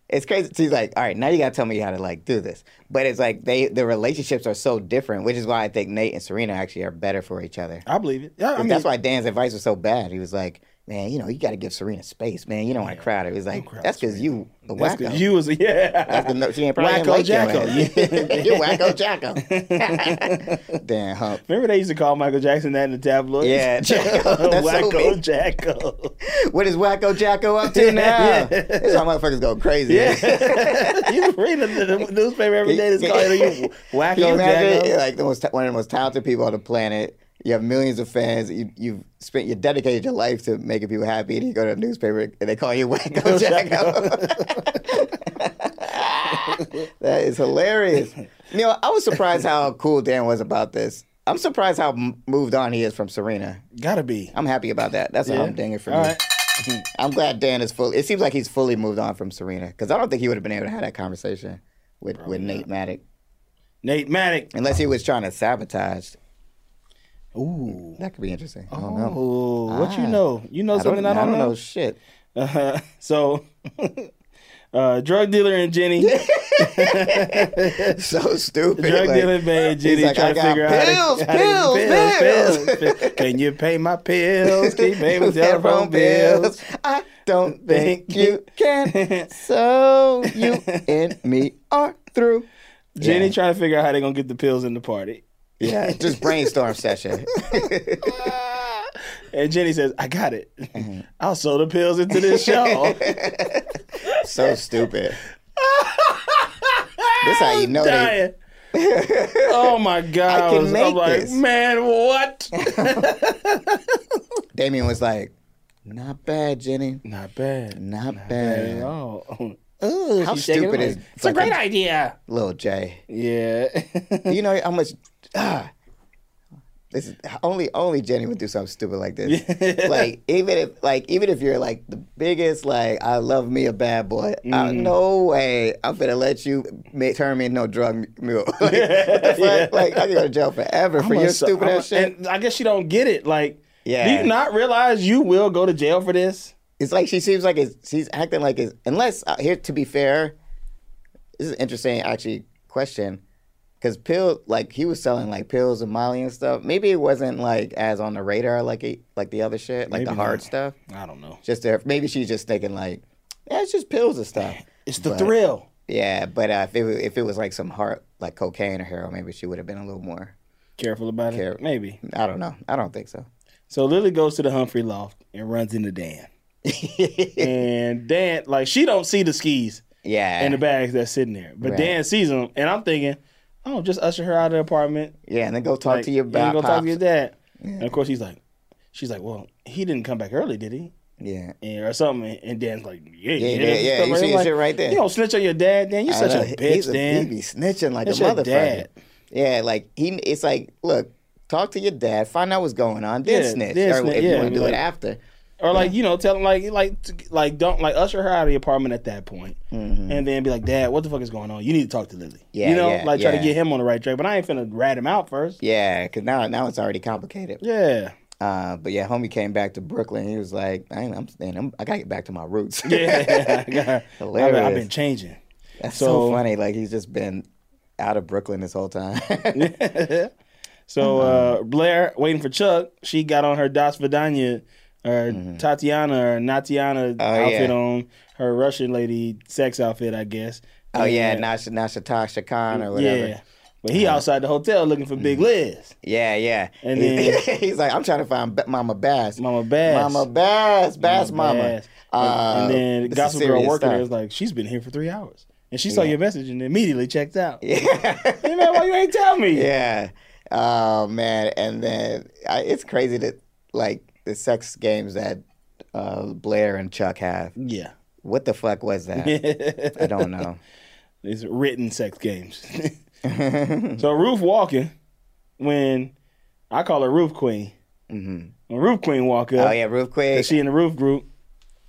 Speaker 2: it's crazy. She's like, all right, now you gotta tell me how to like do this. But it's like they the relationships are so different, which is why I think Nate and Serena actually are better for each other.
Speaker 3: I believe it. Yeah, I mean,
Speaker 2: that's why Dan's advice was so bad. He was like, man, you know, you gotta give Serena space, man. You don't want to crowd her. He was like, that's because you a
Speaker 3: that's
Speaker 2: wacko.
Speaker 3: 'cause you was yeah.
Speaker 2: That's the no, she ain't probably
Speaker 3: Wacko
Speaker 2: wacko
Speaker 3: Jacko.
Speaker 2: Jacko. you wacko Jacko. Dan Hump.
Speaker 3: Remember they used to call Michael Jackson that in the tabloids?
Speaker 2: Yeah, Jacko. That's so
Speaker 3: Wacko
Speaker 2: big.
Speaker 3: Jacko.
Speaker 2: What is Wacko Jacko up to now? This how motherfuckers go crazy.
Speaker 3: you read it in the newspaper every day that's calling you Wacko
Speaker 2: Can you imagine?
Speaker 3: Jacko.
Speaker 2: You're like the most one of the most talented people on the planet. You have millions of fans. You, you've spent you dedicated your life to making people happy, and you go to the newspaper and they call you Wacko Jacko. that is hilarious. You know, I was surprised how cool Dan was about this. I'm surprised how m- moved on he is from Serena.
Speaker 3: Gotta be.
Speaker 2: I'm happy about that. That's a humdinger for
Speaker 3: All
Speaker 2: me.
Speaker 3: right.
Speaker 2: I'm glad Dan is fully. It seems like he's fully moved on from Serena because I don't think he would have been able to have that conversation with with Nate Maddock
Speaker 3: Nate Maddock.
Speaker 2: unless he was trying to sabotage.
Speaker 3: Ooh.
Speaker 2: That could be interesting. I don't know.
Speaker 3: Ooh, what you know? You know
Speaker 2: ah. I don't,
Speaker 3: something I don't, know.
Speaker 2: shit.
Speaker 3: Uh, so, uh, drug dealer and Jenny,
Speaker 2: So stupid.
Speaker 3: drug
Speaker 2: like,
Speaker 3: dealer man Jenny,
Speaker 2: like,
Speaker 3: trying
Speaker 2: "I
Speaker 3: to
Speaker 2: got
Speaker 3: figure
Speaker 2: pills,
Speaker 3: out how to, how
Speaker 2: pills,
Speaker 3: to, pills. Can you pay my pills? Can you pay my telephone bills?
Speaker 2: I don't think you can. So you and me are through.
Speaker 3: Jenny
Speaker 2: Yeah.
Speaker 3: trying to figure out how they gonna get the pills in the party,
Speaker 2: Yeah, just brainstorm session.
Speaker 3: and Jenny says, "I got it.
Speaker 2: Mm-hmm.
Speaker 3: I'll sew the pills into this show."
Speaker 2: so stupid. this how you know they
Speaker 3: Dying. oh my god!
Speaker 2: can
Speaker 3: was-
Speaker 2: make
Speaker 3: I'm like,
Speaker 2: this.
Speaker 3: man, what?
Speaker 2: Damien was like, not bad, Jenny.
Speaker 3: Not bad.
Speaker 2: Not,
Speaker 3: at
Speaker 2: bad.
Speaker 3: all.
Speaker 2: How
Speaker 3: she's shaking her
Speaker 2: stupid
Speaker 3: leg.
Speaker 2: is
Speaker 3: It's a great
Speaker 2: fucking
Speaker 3: idea.
Speaker 2: Lil J?
Speaker 3: Yeah.
Speaker 2: You know how much ah, this is only only Jenny would do something stupid like this. Like even if like even if you're like the biggest like I love me a bad boy.
Speaker 3: Mm.
Speaker 2: I, no way I'm gonna let you ma- turn me into no drug mule. like, what the fuck? like I can go to jail forever for
Speaker 3: I'm
Speaker 2: your
Speaker 3: a-
Speaker 2: stupid
Speaker 3: I'm a-
Speaker 2: ass shit.
Speaker 3: And I guess you don't get it. Like,
Speaker 2: Yeah.
Speaker 3: do you not realize you will go to jail for this?
Speaker 2: It's like she seems like it's, she's acting like it's unless uh, here to be fair. This is an interesting actually question. Cause pill, like he was selling like pills and Molly and stuff. Maybe it wasn't like as on the radar like it, like the other shit, like the
Speaker 3: Maybe
Speaker 2: hard
Speaker 3: not.
Speaker 2: stuff.
Speaker 3: I don't know.
Speaker 2: Just to, maybe she's just thinking like, yeah, it's just pills and stuff.
Speaker 3: It's the
Speaker 2: But-
Speaker 3: thrill.
Speaker 2: Yeah, but uh, if it wa- if it was like some hard like cocaine or heroin, maybe she would have been a little more.
Speaker 3: Careful about it.
Speaker 2: Care-
Speaker 3: Maybe.
Speaker 2: I don't know. I don't think so.
Speaker 3: So Lily goes to the Humphrey loft and runs into Dan. and Dan, like, she don't see the skis
Speaker 2: Yeah.
Speaker 3: and the bags that's sitting there, but
Speaker 2: Right.
Speaker 3: Dan sees them, and I'm thinking, oh, just usher her out of the apartment.
Speaker 2: yeah, and then go talk
Speaker 3: Like,
Speaker 2: to your
Speaker 3: you
Speaker 2: ba-
Speaker 3: can go talk to your
Speaker 2: pops.
Speaker 3: dad. And of course, he's like, she's like, well, he didn't come back early, did he?
Speaker 2: Yeah.
Speaker 3: And, or something. And Dan's like, yeah, yeah,
Speaker 2: yeah, yeah,
Speaker 3: Stuff
Speaker 2: you
Speaker 3: right
Speaker 2: see
Speaker 3: there.
Speaker 2: the shit right there.
Speaker 3: You don't snitch on your dad, Dan. You're
Speaker 2: I
Speaker 3: such
Speaker 2: know,
Speaker 3: a
Speaker 2: he-
Speaker 3: bitch,
Speaker 2: he's
Speaker 3: Dan.
Speaker 2: He be snitching like
Speaker 3: That's
Speaker 2: a
Speaker 3: your
Speaker 2: motherfucker.
Speaker 3: dad.
Speaker 2: Yeah, like he. It's like look, talk to your dad, find out what's going on, then
Speaker 3: Yeah,
Speaker 2: snitch,
Speaker 3: then
Speaker 2: or
Speaker 3: snitch,
Speaker 2: if you
Speaker 3: yeah,
Speaker 2: want to do
Speaker 3: like-
Speaker 2: it after.
Speaker 3: Or like you know, tell him like like to- like don't like usher her out of the apartment at that point, and then be like, Dad, what the fuck is going on? You need to talk to Lily.
Speaker 2: Mm-hmm. Yeah,
Speaker 3: you know,
Speaker 2: yeah,
Speaker 3: like try to
Speaker 2: yeah.
Speaker 3: get him on the right track. But I ain't finna rat him out first.
Speaker 2: Yeah, because now now it's already complicated.
Speaker 3: Yeah,
Speaker 2: Uh, but yeah, homie came back to Brooklyn. He was like, I ain't, I'm, man, I'm I gotta get back to my roots.
Speaker 3: yeah. I got- I've, been, I've been
Speaker 2: Hilarious.
Speaker 3: changing.
Speaker 2: That's so, funny. Like he's just been out of Brooklyn this whole time.
Speaker 3: So
Speaker 2: Uh-huh.
Speaker 3: uh, Blair waiting for Chuck. She got on her Das Vidania or Tatiana or Natiana outfit
Speaker 2: Mm-hmm. Oh, yeah.
Speaker 3: on her Russian lady sex outfit, I guess.
Speaker 2: oh yeah,
Speaker 3: And-
Speaker 2: Nasha Nasha Tasha Khan or whatever. Uh-huh. Mm-hmm.
Speaker 3: yeah. But he outside the hotel looking for Big Liz.
Speaker 2: Yeah, yeah.
Speaker 3: And
Speaker 2: he's, he's like, I'm trying to find B- Mama Bass.
Speaker 3: Mama Bass.
Speaker 2: Mama Bass. Bass Mama.
Speaker 3: Bass.
Speaker 2: Uh,
Speaker 3: and then
Speaker 2: this is
Speaker 3: Gossip Girl
Speaker 2: serious
Speaker 3: working
Speaker 2: stuff.
Speaker 3: there was like, she's been here for three hours. And she saw your message and immediately checked out. Yeah.
Speaker 2: yeah.
Speaker 3: Hey, man, why you ain't tell me?
Speaker 2: yeah. Oh man. And then I, it's crazy that like the sex games that uh, Blair and Chuck have.
Speaker 3: Yeah.
Speaker 2: What the fuck was that? I don't know.
Speaker 3: It's written sex games. so Roof walking when I call her Roof Queen. When Roof Queen walk up,
Speaker 2: Mm-hmm. Oh yeah, Roof Queen.
Speaker 3: and she in the Roof group.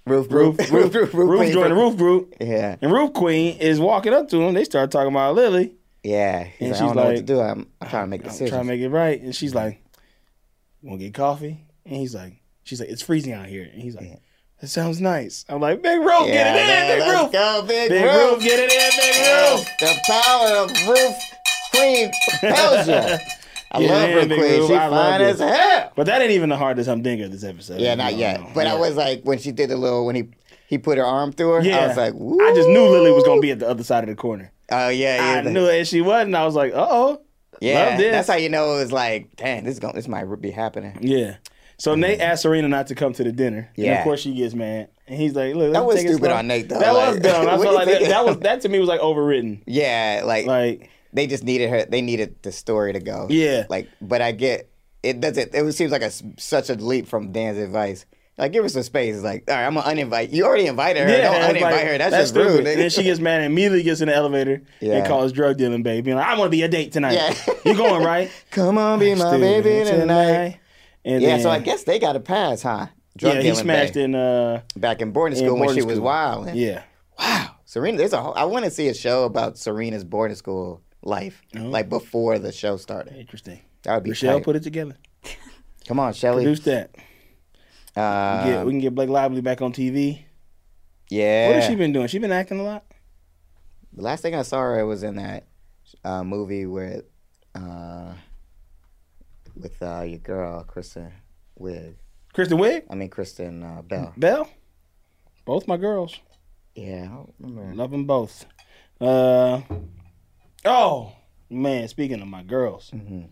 Speaker 2: Roof,
Speaker 3: Roof,
Speaker 2: Roof,
Speaker 3: Roof, Roof,
Speaker 2: Queen
Speaker 3: joined the
Speaker 2: from-
Speaker 3: Roof group.
Speaker 2: Yeah,
Speaker 3: And Roof Queen is walking up to him. They start talking about Lily.
Speaker 2: yeah. He's like,
Speaker 3: And
Speaker 2: I
Speaker 3: she's
Speaker 2: don't know what to
Speaker 3: like,
Speaker 2: do. I'm, I'm trying to make
Speaker 3: I'm
Speaker 2: decisions.
Speaker 3: trying to make it right. And she's like, "Want to get coffee?" And he's like, "She's like, it's freezing out here." And he's like, "That sounds nice." I'm like, "Big Roof,
Speaker 2: yeah,
Speaker 3: get it in,
Speaker 2: man,
Speaker 3: Big
Speaker 2: let's
Speaker 3: Roof,
Speaker 2: go, Big,
Speaker 3: Big
Speaker 2: Roof.
Speaker 3: Roof, get it in, Big Roof."
Speaker 2: The power of Roof Queen propels you. I
Speaker 3: Yeah,
Speaker 2: love Roof
Speaker 3: Big
Speaker 2: Queen.
Speaker 3: Roof,
Speaker 2: She
Speaker 3: I love
Speaker 2: fine
Speaker 3: it.
Speaker 2: as hell.
Speaker 3: But that ain't even the hardest humdinger this episode.
Speaker 2: Yeah, not
Speaker 3: No,
Speaker 2: yet.
Speaker 3: no.
Speaker 2: But I
Speaker 3: Yeah.
Speaker 2: was like, when she did the little, when he he put her arm through her,
Speaker 3: Yeah,
Speaker 2: I was like, Woo.
Speaker 3: I just knew Lily was gonna be at the other side of the corner.
Speaker 2: Oh yeah, yeah.
Speaker 3: I knew it, and she wasn't. I was like, "Uh oh."
Speaker 2: yeah,
Speaker 3: Love this.
Speaker 2: that's how you know it was like, dang, this is going, this might be happening.
Speaker 3: Yeah. So Nate asked Serena not to come to the dinner. And of
Speaker 2: Yeah.
Speaker 3: course she gets mad. And he's like, look,
Speaker 2: That
Speaker 3: let's
Speaker 2: was
Speaker 3: take it
Speaker 2: stupid
Speaker 3: slow.
Speaker 2: on Nate, though.
Speaker 3: That
Speaker 2: Like,
Speaker 3: was dumb. I
Speaker 2: what
Speaker 3: felt
Speaker 2: you
Speaker 3: like that,
Speaker 2: thinking?
Speaker 3: that was that to me was like overwritten.
Speaker 2: Yeah, like,
Speaker 3: Like
Speaker 2: they just needed her. They needed the story to go.
Speaker 3: Yeah.
Speaker 2: Like, but I get it. Doesn't it? seems like a s- such a leap from Dan's advice. Like, give her some space. It's like, all right, I'm gonna uninvite. You already invited her. Don't
Speaker 3: it's
Speaker 2: uninvite
Speaker 3: like,
Speaker 2: her. That's, just
Speaker 3: stupid.
Speaker 2: rude. nigga.
Speaker 3: And then she gets mad and immediately gets in the elevator
Speaker 2: Yeah.
Speaker 3: and calls drug dealing baby. Being like, I want to be your date tonight.
Speaker 2: Yeah.
Speaker 3: you going right?
Speaker 2: Come on, be my
Speaker 3: Stupid
Speaker 2: baby tonight.
Speaker 3: And
Speaker 2: Yeah.
Speaker 3: then,
Speaker 2: So I guess they got a pass, huh? Drug
Speaker 3: yeah, he
Speaker 2: dealing
Speaker 3: smashed
Speaker 2: bae.
Speaker 3: in. Uh,
Speaker 2: back in boarding
Speaker 3: in
Speaker 2: school when
Speaker 3: boarding
Speaker 2: she was
Speaker 3: school.
Speaker 2: wild.
Speaker 3: yeah,
Speaker 2: Serena, there's a. Whole, I want to see a show about Serena's boarding school life, like before the show started.
Speaker 3: interesting.
Speaker 2: That would be
Speaker 3: Oh. Michelle
Speaker 2: tight.
Speaker 3: put it together.
Speaker 2: Come on, Shelly.
Speaker 3: Produce that.
Speaker 2: Uh,
Speaker 3: Get, we can get Blake Lively back on TV.
Speaker 2: yeah.
Speaker 3: What has she been doing? She been acting a lot.
Speaker 2: The last thing I saw her was in that uh, movie where uh, with uh, your girl Kristen Wiig.
Speaker 3: Kristen Wiig,
Speaker 2: I mean Kristen uh, Bell.
Speaker 3: Belle, both my girls.
Speaker 2: Yeah, I don't remember.
Speaker 3: Love them both. Uh, oh man, speaking of my girls,
Speaker 2: Mm-hmm.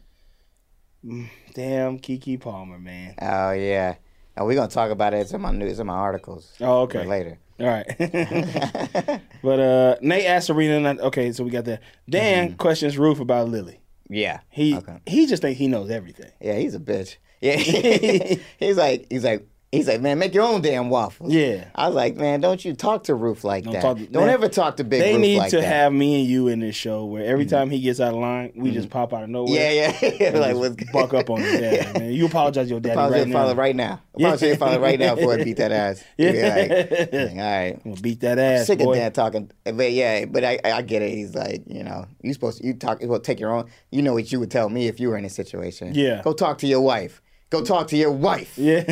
Speaker 3: Mm, damn Kiki Palmer, man.
Speaker 2: Oh yeah, and we're gonna talk about it. It's in my news. It's in my articles.
Speaker 3: Oh,
Speaker 2: for
Speaker 3: okay.
Speaker 2: later.
Speaker 3: All right. but uh, Nate asked Serena. and I- Okay, so we got that. Dan questions Roof about Lily.
Speaker 2: Yeah,
Speaker 3: He
Speaker 2: Mm-hmm. Okay.
Speaker 3: he just thinks he knows everything.
Speaker 2: yeah, he's a bitch. Yeah, he's like, he's like, he's like, man, make your own damn waffles.
Speaker 3: Yeah.
Speaker 2: I was like, man, don't you talk to Roof like that.
Speaker 3: talk-
Speaker 2: don't
Speaker 3: man,
Speaker 2: ever talk to Big
Speaker 3: they
Speaker 2: Roof
Speaker 3: need
Speaker 2: like
Speaker 3: to
Speaker 2: that. Mm-hmm.
Speaker 3: have me and you in this show where every time he gets out of line, we just pop out of nowhere.
Speaker 2: yeah, yeah, yeah. like,
Speaker 3: Just
Speaker 2: what's
Speaker 3: buck up on his dad, man. You apologize to your daddy
Speaker 2: Apologize
Speaker 3: right
Speaker 2: to
Speaker 3: now.
Speaker 2: your father right now. Apologize to your father right now before I beat that ass. Yeah. all right.
Speaker 3: I'm gonna beat that ass,
Speaker 2: Sick
Speaker 3: boy.
Speaker 2: of Dan talking, but yeah, but I, I get it. He's like, you know, you supposed to, you talk, well, take your own. You know what you would tell me if you were in a situation.
Speaker 3: Yeah.
Speaker 2: Go talk to your wife. Go talk to your wife.
Speaker 3: Yeah.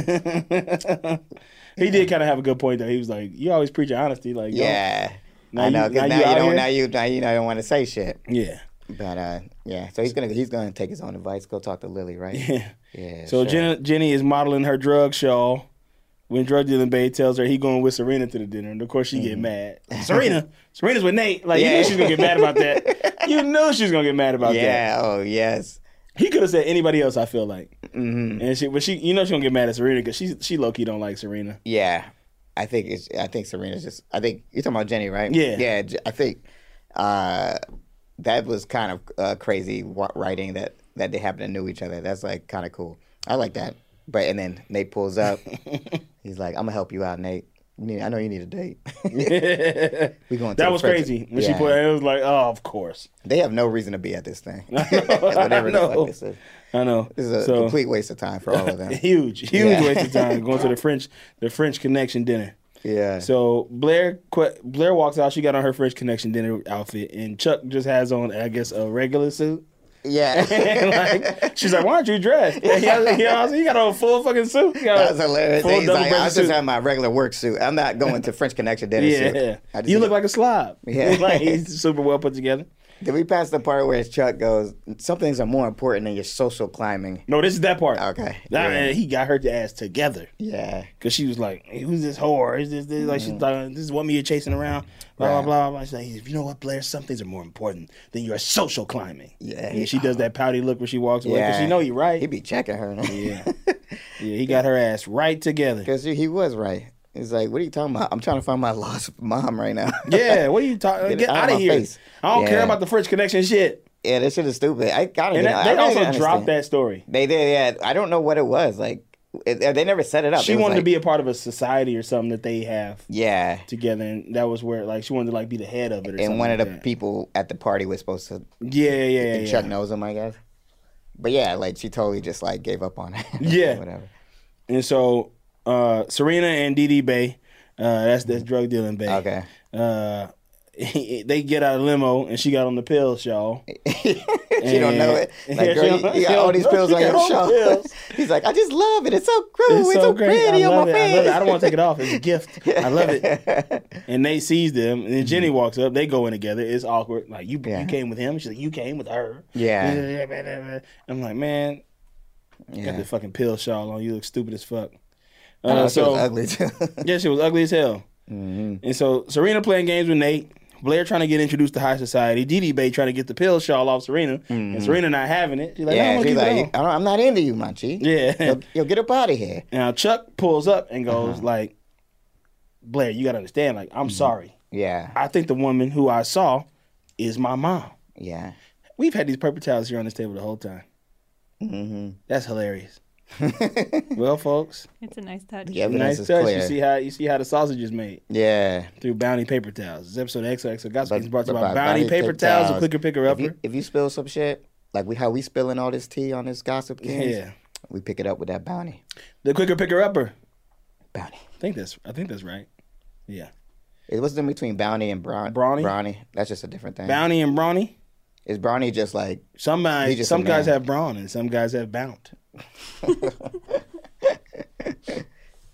Speaker 3: he did kind of have a good point though. He was like, "You always preach your honesty, like don't-
Speaker 2: Yeah.
Speaker 3: Now
Speaker 2: I
Speaker 3: you-
Speaker 2: know, 'cause now,
Speaker 3: now you
Speaker 2: you,
Speaker 3: out
Speaker 2: don't,
Speaker 3: here?
Speaker 2: now you, now you don't want to say shit.
Speaker 3: yeah."
Speaker 2: But uh, yeah, so he's gonna he's gonna take his own advice. Go talk to Lily, right? Yeah. Yeah.
Speaker 3: So
Speaker 2: sure.
Speaker 3: Jen, Jenny is modeling her drug shawl when drug dealing Bay tells her he going with Serena to the dinner, and of course she get mad. Serena, Serena's with Nate. Like you
Speaker 2: Mm-hmm. Yeah.
Speaker 3: knew she was gonna get mad about that. you knew she was gonna get mad about that.
Speaker 2: yeah. Oh yes.
Speaker 3: He could have said anybody else. I feel like,
Speaker 2: Mm-hmm.
Speaker 3: and she, but she, you know, she gonna get mad at Serena because she, she low key don't like Serena.
Speaker 2: Yeah. I think it's I think Serena's just I think you're talking about Jenny, right?
Speaker 3: Yeah.
Speaker 2: Yeah. J- I think uh, that was kind of uh, crazy wa- writing that that they happen to know each other. That's like kind of cool. I like that. But and then Nate pulls up. He's like, "I'm gonna help you out, Nate. You need, I know you need a date. we going. to
Speaker 3: That
Speaker 2: the
Speaker 3: was
Speaker 2: prison."
Speaker 3: crazy when she
Speaker 2: Yeah.
Speaker 3: put. It was like, oh, of course.
Speaker 2: They have no reason to be at this thing. Whatever the
Speaker 3: know.
Speaker 2: fuck this is.
Speaker 3: I know.
Speaker 2: This is a
Speaker 3: So-
Speaker 2: complete waste of time for all of them.
Speaker 3: huge, huge
Speaker 2: Yeah.
Speaker 3: waste of time going to the French, the French Connection dinner.
Speaker 2: Yeah.
Speaker 3: So Blair que- Blair walks out. She got on her French Connection dinner outfit, and Chuck just has on, I guess, a regular suit.
Speaker 2: yeah.
Speaker 3: And like, she's like, "Why aren't you dressed?" And he, you know, you got on a full fucking suit. You got
Speaker 2: That was
Speaker 3: a
Speaker 2: hilarious.
Speaker 3: full
Speaker 2: He's like,
Speaker 3: double-breasted
Speaker 2: I just
Speaker 3: suit."
Speaker 2: have my regular work suit. I'm not going to French Connection dinner
Speaker 3: Yeah,
Speaker 2: suit. I just-
Speaker 3: you look like a slob.
Speaker 2: Yeah.
Speaker 3: like he's super well put together.
Speaker 2: Did we pass the part where Chuck goes? Some things are more important than your social climbing.
Speaker 3: No, this is that part.
Speaker 2: Okay.
Speaker 3: That-
Speaker 2: Yeah.
Speaker 3: and he got her ass together.
Speaker 2: Yeah. Mm.
Speaker 3: Cause she was like, hey, "Who's this whore? Is this, this like she's like this is what me you're chasing around?" Blah blah
Speaker 2: Right.
Speaker 3: blah blah. She's like, "You know what, Blair? Some things are more important than your social climbing."
Speaker 2: Yeah. uh,
Speaker 3: And she does that pouty look when she walks away because
Speaker 2: Yeah.
Speaker 3: she know you right.
Speaker 2: He be checking her. Yeah.
Speaker 3: yeah, he got her ass right together.
Speaker 2: Because he was right. He's like, what are you talking about? I'm trying to find my lost mom right now.
Speaker 3: Yeah, what are you talking? Get,
Speaker 2: Get it
Speaker 3: out
Speaker 2: out of
Speaker 3: of
Speaker 2: my
Speaker 3: here!
Speaker 2: face.
Speaker 3: I don't care
Speaker 2: Yeah.
Speaker 3: about the French connection shit.
Speaker 2: yeah, this shit is stupid. I got
Speaker 3: And that, they also dropped that story.
Speaker 2: They did. Yeah. I don't know what it was. Like, it, they never set it up.
Speaker 3: She
Speaker 2: It was
Speaker 3: wanted to
Speaker 2: like-
Speaker 3: be a part of a society or something that they have
Speaker 2: Yeah.
Speaker 3: together, and that was where like she wanted to like be the head of it. Or something
Speaker 2: And one of
Speaker 3: like
Speaker 2: the
Speaker 3: that.
Speaker 2: people at the party was supposed to
Speaker 3: Yeah, yeah, yeah.
Speaker 2: and
Speaker 3: yeah.
Speaker 2: Chuck knows him, I guess. But yeah, like she totally just like gave up on it.
Speaker 3: Yeah.
Speaker 2: whatever.
Speaker 3: And so uh, Serena and DD Bay, uh, that's that's drug dealing Bay.
Speaker 2: Okay.
Speaker 3: Uh, they get out of the limo and she got on the pills, y'all.
Speaker 2: She don't know it. Like, girl, you, you got all these pills on your show. He's like, I just love it. It's so cool. It's,
Speaker 3: It's
Speaker 2: so,
Speaker 3: so great. I
Speaker 2: pretty on
Speaker 3: love,
Speaker 2: my
Speaker 3: it. I
Speaker 2: face.
Speaker 3: love it. I don't want to take it off. It's a gift. I love it. And Nate sees them, and then Jenny walks up. They go in together. It's awkward. Like you,
Speaker 2: Mm. Yeah.
Speaker 3: you came with him. She's like, you came with her.
Speaker 2: Yeah.
Speaker 3: I'm like, man, you got
Speaker 2: Yeah.
Speaker 3: the fucking pill shawl on. You look stupid as fuck. Uh,
Speaker 2: Oh, she
Speaker 3: so
Speaker 2: was ugly Mm-hmm. too.
Speaker 3: Yeah, she was ugly as hell. And so Serena playing games with Nate, Blair trying to get introduced to high society, Dee Dee Bay trying to get the pill shawl off Serena, and Serena not having it. She's like, I
Speaker 2: Mm-hmm. yeah,
Speaker 3: don't
Speaker 2: she's
Speaker 3: want to
Speaker 2: like,
Speaker 3: keep it
Speaker 2: I
Speaker 3: on.
Speaker 2: don't, I'm not into you, Munchie.
Speaker 3: Yeah.
Speaker 2: You'll, you'll get up out of here.
Speaker 3: Now Chuck pulls up and
Speaker 2: Uh-huh.
Speaker 3: goes like, Blair, you gotta understand, like,
Speaker 2: Mm-hmm.
Speaker 3: I'm sorry.
Speaker 2: Yeah.
Speaker 3: I think the woman who I saw is my mom.
Speaker 2: Yeah.
Speaker 3: We've had these paper towels here on this table the whole time.
Speaker 2: Mm-hmm.
Speaker 3: That's hilarious. well, folks,
Speaker 4: It's a nice touch.
Speaker 2: The evidence
Speaker 3: nice
Speaker 2: is
Speaker 3: touch.
Speaker 2: clear.
Speaker 3: You see how you see how the sausage is made.
Speaker 2: yeah.
Speaker 3: through Bounty Paper Towels. This episode of XOXO Gossip
Speaker 2: But-
Speaker 3: is brought to you
Speaker 2: but
Speaker 3: by Bounty Paper Towels, a clicker picker
Speaker 2: If
Speaker 3: upper.
Speaker 2: you, if you spill some shit, like we how we spilling all this tea on this gossip, kids,
Speaker 3: Yeah.
Speaker 2: we pick it up with that bounty.
Speaker 3: The clicker picker upper.
Speaker 2: Bounty.
Speaker 3: I think that's I think that's right. Yeah.
Speaker 2: It was in between Bounty and Bron-
Speaker 3: Brawny?
Speaker 2: Brawny. That's just a different thing.
Speaker 3: Bounty and Brawny.
Speaker 2: Is Brawny just like
Speaker 3: Some guys-
Speaker 2: He just
Speaker 3: some
Speaker 2: a
Speaker 3: guys
Speaker 2: man.
Speaker 3: have brawn and some guys have bount.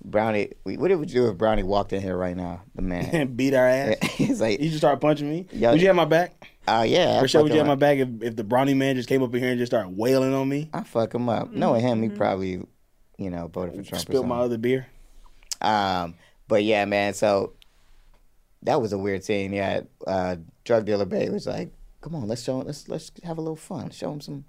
Speaker 2: Brownie? we- What would you do if Brownie walked in here right now? The man.
Speaker 3: And beat our ass.
Speaker 2: He's like,
Speaker 3: He just started punching me.
Speaker 2: Yeah.
Speaker 3: Would you have my back?
Speaker 2: oh yeah.
Speaker 3: For
Speaker 2: I
Speaker 3: sure,
Speaker 2: fuck
Speaker 3: would you
Speaker 2: him
Speaker 3: have my
Speaker 2: up.
Speaker 3: back if, if the Brawny man just came up in here and just started wailing on me?
Speaker 2: I fuck him up. Knowing him, he probably, you know, voted for Trump. Or
Speaker 3: Spilled my
Speaker 2: something.
Speaker 3: other beer.
Speaker 2: Um, but yeah, man. So that was a weird scene. Yeah, uh, drug dealer Bay was like, "Come on, let's show him. Let's let's have a little fun. Show him some."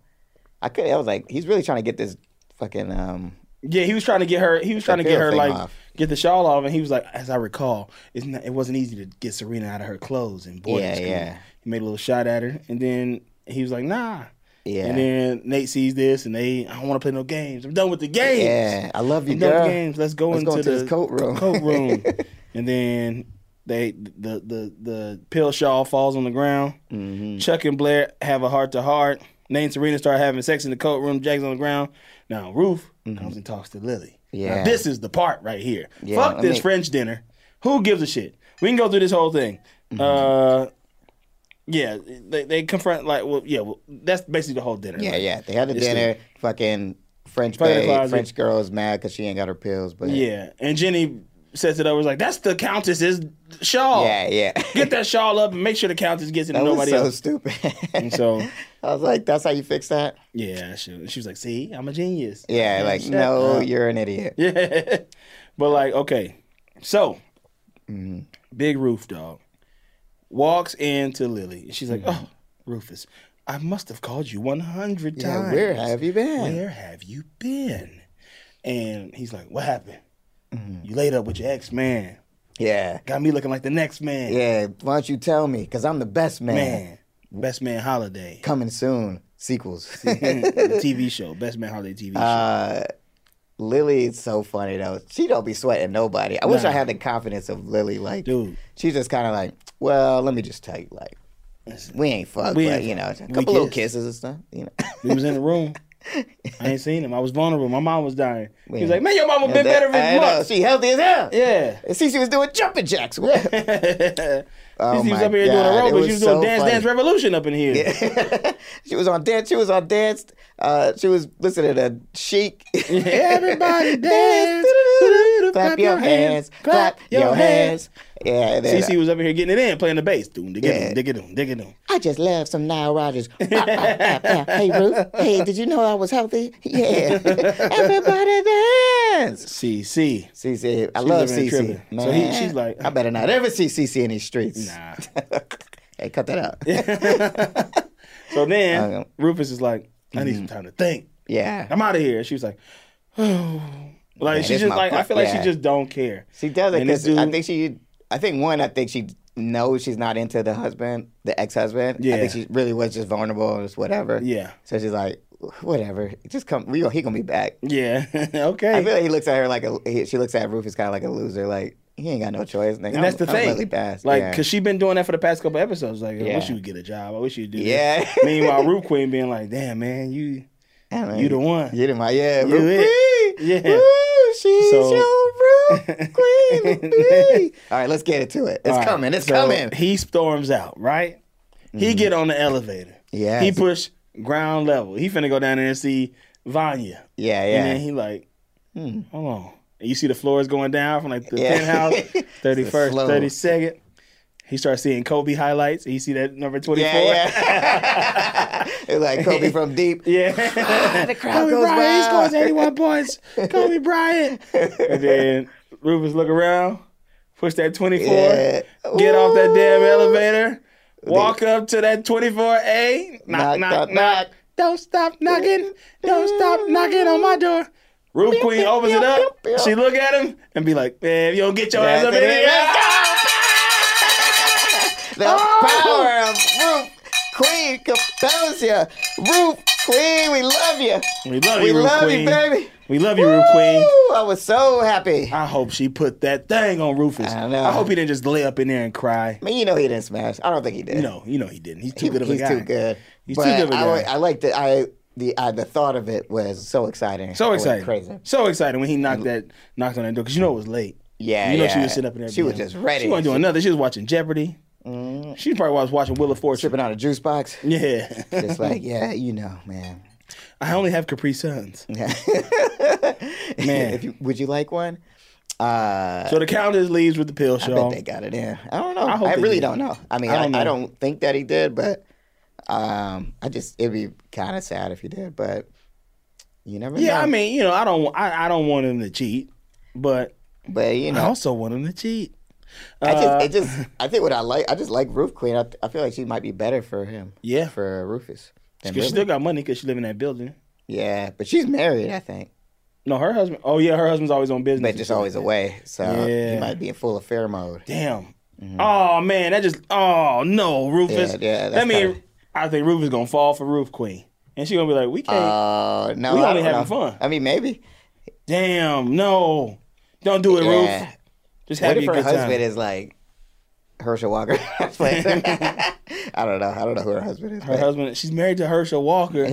Speaker 2: I could. I was like, he's really trying to get this fucking um
Speaker 3: Yeah, he was trying to get her. He was trying to get
Speaker 2: pill
Speaker 3: her
Speaker 2: thing
Speaker 3: like
Speaker 2: off.
Speaker 3: get the shawl off, and he was like, as I recall, it's not, it wasn't easy to get Serena out of her clothes and boarding
Speaker 2: Yeah,
Speaker 3: school.
Speaker 2: yeah.
Speaker 3: He made a little shot at her, and then he was like, nah.
Speaker 2: Yeah.
Speaker 3: And then Nate sees this, and they, I don't want to play no games. I'm done with the games.
Speaker 2: yeah. I love you,
Speaker 3: I'm done with
Speaker 2: girl.
Speaker 3: the games. Let's go
Speaker 2: Let's
Speaker 3: into
Speaker 2: go into
Speaker 3: the
Speaker 2: this coat room.
Speaker 3: coat room. and then they the the the pill shawl falls on the ground.
Speaker 2: Mm-hmm.
Speaker 3: Chuck and Blair have a heart to heart. Nate and Serena start having sex in the coat room. Jack's on the ground. Now Ruth comes and talks to Lily. Now,
Speaker 2: Mm-hmm. Yeah.
Speaker 3: this is the part right here.
Speaker 2: Yeah,
Speaker 3: Fuck
Speaker 2: I
Speaker 3: this
Speaker 2: mean-
Speaker 3: French dinner. Who gives a shit? We can go through this whole thing.
Speaker 2: Mm-hmm.
Speaker 3: Uh, yeah, they, they confront like well, yeah, well, that's basically the whole dinner.
Speaker 2: Yeah,
Speaker 3: Like,
Speaker 2: yeah. They had a
Speaker 3: It's the-
Speaker 2: dinner. fucking French
Speaker 3: Fucking
Speaker 2: babe,
Speaker 3: closet.
Speaker 2: French girl's mad because she ain't got her pills. But
Speaker 3: Yeah, and Jenny sets it up. It's like that's the Countess's shawl.
Speaker 2: Yeah, yeah.
Speaker 3: Get that shawl up and make sure the Countess gets it.
Speaker 2: That
Speaker 3: and
Speaker 2: was
Speaker 3: nobody
Speaker 2: so
Speaker 3: else.
Speaker 2: stupid.
Speaker 3: And so
Speaker 2: I was like, that's how you fix that?
Speaker 3: yeah, she, she was like, "See, I'm a genius."
Speaker 2: Yeah, like,
Speaker 3: shut
Speaker 2: no,
Speaker 3: up.
Speaker 2: you're an idiot.
Speaker 3: Yeah. but like, okay. So
Speaker 2: Mm-hmm.
Speaker 3: Big Roof dog walks into Lily. She's like,
Speaker 2: Mm-hmm.
Speaker 3: Oh, Rufus, I must have called you one hundred
Speaker 2: Yeah,
Speaker 3: times.
Speaker 2: where have you been?
Speaker 3: Where have you been? And he's like, What happened?
Speaker 2: Mm-hmm.
Speaker 3: You laid up with your ex man.
Speaker 2: Yeah.
Speaker 3: Got me looking like the next man.
Speaker 2: Yeah, why don't you tell me? Because I'm the best man.
Speaker 3: Man. Best man holiday.
Speaker 2: Coming soon. Sequels.
Speaker 3: The TV show. Best man holiday TV show.
Speaker 2: Uh. Lily is so funny, though. She don't be sweating nobody. I wish I had the confidence of Lily. Like,
Speaker 3: Dude.
Speaker 2: she's just kind of like, well, let me just tell you, like, we ain't fucked,
Speaker 3: We
Speaker 2: but,
Speaker 3: ain't
Speaker 2: you know, a
Speaker 3: fucked.
Speaker 2: couple
Speaker 3: We
Speaker 2: little
Speaker 3: kissed.
Speaker 2: kisses and stuff, you know.
Speaker 3: He was in the room. I ain't seen him. I was vulnerable. My mom was dying. He was
Speaker 2: Yeah.
Speaker 3: like, Man, your mama been
Speaker 2: And
Speaker 3: better
Speaker 2: that- I
Speaker 3: than
Speaker 2: know,
Speaker 3: months.
Speaker 2: She healthy as hell.
Speaker 3: Yeah.
Speaker 2: And see, she was doing jumping jacks. What?
Speaker 3: She was
Speaker 2: Oh my
Speaker 3: up here doing
Speaker 2: God, it
Speaker 3: aerobics.
Speaker 2: was
Speaker 3: She was
Speaker 2: so
Speaker 3: doing Dance
Speaker 2: funny.
Speaker 3: Dance Revolution up in here.
Speaker 2: she was on dance. She was on dance. Uh, she was listening to Chic.
Speaker 3: Everybody dance.
Speaker 2: clap your hands. Clap your hands. Yeah. And then,
Speaker 3: CC was up in here getting it in, playing the bass. Doom, dig
Speaker 2: Yeah.
Speaker 3: it, dig it, dig it.
Speaker 2: I just love some Nile Rodgers. Ah, ah, ah, ah. hey, Ruth. Hey, did you know I was healthy? Yeah. Everybody dance.
Speaker 3: CC.
Speaker 2: CC, I love
Speaker 3: living
Speaker 2: CC.
Speaker 3: in Trippin'. So he-
Speaker 2: Man,
Speaker 3: she's like-
Speaker 2: I better not ever see CC in these streets.
Speaker 3: Nah.
Speaker 2: Hey, cut that out.
Speaker 3: So then
Speaker 2: Okay.
Speaker 3: Rufus is like, I need some
Speaker 2: Mm-hmm.
Speaker 3: time to think.
Speaker 2: Yeah.
Speaker 3: I'm out of here. And She was like, oh. Like, she
Speaker 2: this
Speaker 3: just
Speaker 2: my
Speaker 3: like, I
Speaker 2: fuck-
Speaker 3: feel like
Speaker 2: yeah.
Speaker 3: she just don't care.
Speaker 2: She does it
Speaker 3: And this
Speaker 2: because I
Speaker 3: dude-
Speaker 2: think she, I think one, I think she knows she's not into the husband, the ex husband. I
Speaker 3: Yeah.
Speaker 2: think she really was just vulnerable and just whatever.
Speaker 3: Yeah.
Speaker 2: So she's like, whatever, just come. We, he gonna be back.
Speaker 3: Yeah. okay.
Speaker 2: I feel like he looks at her like a. He, she looks at Rufus kind of like a loser. Like he ain't got no choice. Like,
Speaker 3: and that's
Speaker 2: I'm-
Speaker 3: the thing.
Speaker 2: I'm really bad.
Speaker 3: Like,
Speaker 2: yeah.
Speaker 3: cause she been doing that for the past couple episodes. Like, I
Speaker 2: Yeah.
Speaker 3: wish you would get a job. I wish you'd do. this."
Speaker 2: Yeah.
Speaker 3: Meanwhile, Root Queen being like, "Damn, man, you."
Speaker 2: I mean,
Speaker 3: you the one.
Speaker 2: You the one. Yeah,
Speaker 3: You
Speaker 2: Rufus.
Speaker 3: it. Yeah.
Speaker 2: Woo, she's
Speaker 3: So-
Speaker 2: your Rufus queen. Rufus. All right, let's get into it. It's
Speaker 3: All right,
Speaker 2: coming. It's
Speaker 3: so
Speaker 2: coming.
Speaker 3: He storms out. Right. He get on the elevator.
Speaker 2: Mm-hmm. Yes.
Speaker 3: He push ground level. He finna go down there and see Vanya.
Speaker 2: Yeah,
Speaker 3: And
Speaker 2: yeah.
Speaker 3: then he like, hmm, hold on. And you see the floors going down from like the
Speaker 2: Yeah.
Speaker 3: penthouse, thirty first,
Speaker 2: slow.
Speaker 3: thirty second. He starts seeing Kobe highlights. And you see that number twenty four.
Speaker 2: yeah, yeah. it's like Kobe from deep.
Speaker 3: Yeah.
Speaker 2: The crowd
Speaker 3: Kobe
Speaker 2: goes
Speaker 3: Bryant he
Speaker 2: wild.
Speaker 3: scores 81 points. Kobe Bryant. And then Rufus look around, push that 24,
Speaker 2: Yeah.
Speaker 3: get off that damn
Speaker 2: Ooh.
Speaker 3: elevator, walk up to that 24A, knock, knock,
Speaker 2: Knock,
Speaker 3: knock.
Speaker 2: knock, knock.
Speaker 3: Don't stop knocking. Don't stop knocking on my door. Roof Queen opens it up. She look at him and be like, man, if you don't get your ass up
Speaker 2: That's
Speaker 3: in
Speaker 2: it.
Speaker 3: here.
Speaker 2: The
Speaker 3: Oh!
Speaker 2: power of Roof Queen compels you. Roof Queen, we love you.
Speaker 3: We love
Speaker 2: We
Speaker 3: you, Roof
Speaker 2: love you,
Speaker 3: Queen.
Speaker 2: baby.
Speaker 3: We love you, Roof Queen.
Speaker 2: Woo, I was so happy. I
Speaker 3: I hope she put that thing on Rufus.
Speaker 2: I know.
Speaker 3: hope he didn't just lay up in there and cry.
Speaker 2: mean, you know he didn't smash. I don't think he did.
Speaker 3: You know, you know he didn't. He's too
Speaker 2: He-
Speaker 3: good of a
Speaker 2: he's
Speaker 3: guy.
Speaker 2: too good.
Speaker 3: He's
Speaker 2: but
Speaker 3: too good of a
Speaker 2: I,
Speaker 3: guy.
Speaker 2: wa- I liked it. I the I, the thought of it was so exciting. I
Speaker 3: so
Speaker 2: went
Speaker 3: excited,
Speaker 2: crazy.
Speaker 3: so excited when he knocked that knocked on that door because you know it was late.
Speaker 2: Yeah,
Speaker 3: you know she
Speaker 2: yeah.
Speaker 3: was sitting up in there.
Speaker 2: She was
Speaker 3: being-
Speaker 2: just ready.
Speaker 3: She wasn't doing
Speaker 2: She- Mm.
Speaker 3: nothing. She was watching Jeopardy. She probably was watching Wheel of Fortune.
Speaker 2: Tripping out a juice box.
Speaker 3: Yeah,
Speaker 2: It's like, yeah, you know, man.
Speaker 3: I only have Capri Suns.
Speaker 2: If you, would you like one? Uh,
Speaker 3: So the countess leaves with the pill
Speaker 2: I bet
Speaker 3: shawl.
Speaker 2: they got it in. I don't know.
Speaker 3: I hope
Speaker 2: I,
Speaker 3: they
Speaker 2: really
Speaker 3: did.
Speaker 2: don't know. I mean,
Speaker 3: I
Speaker 2: I
Speaker 3: don't
Speaker 2: don't, I,
Speaker 3: know.
Speaker 2: don't think that he did, but um, I just it'd be kind of sad if he did. But you never know.
Speaker 3: Yeah, I mean, you know, I don't, I, I don't want him to cheat, but
Speaker 2: but you
Speaker 3: I
Speaker 2: know,
Speaker 3: also want him to cheat.
Speaker 2: I just, it
Speaker 3: Uh,
Speaker 2: just, I think what I like, I just like Roof Queen. I, I feel like she might be better for him.
Speaker 3: Yeah.
Speaker 2: for Rufus. than
Speaker 3: 'Cause she
Speaker 2: Lily.
Speaker 3: still got money because she live in that building.
Speaker 2: yeah, but she's married, I think,
Speaker 3: No, her husband. Oh yeah, her husband's always on business.
Speaker 2: but
Speaker 3: and
Speaker 2: just
Speaker 3: shit.
Speaker 2: always away. So
Speaker 3: Yeah.
Speaker 2: he might be in full affair mode.
Speaker 3: Damn. Oh man, that just. Oh no, Rufus.
Speaker 2: Mm-hmm. Yeah, yeah, that's
Speaker 3: that mean,
Speaker 2: kinda-
Speaker 3: I think Rufus gonna fall for Roof Queen, and she gonna be like, "We can't."
Speaker 2: Oh no,
Speaker 3: We
Speaker 2: I
Speaker 3: only
Speaker 2: don't
Speaker 3: having
Speaker 2: know.
Speaker 3: fun.
Speaker 2: I mean, maybe.
Speaker 3: Damn, no, don't do it,
Speaker 2: Yeah.
Speaker 3: Roof. Just
Speaker 2: What
Speaker 3: have
Speaker 2: if
Speaker 3: your
Speaker 2: her
Speaker 3: good
Speaker 2: husband
Speaker 3: time.
Speaker 2: is like Herschel Walker? I don't know. I don't know who her husband is.
Speaker 3: her husband, she's married to Herschel Walker.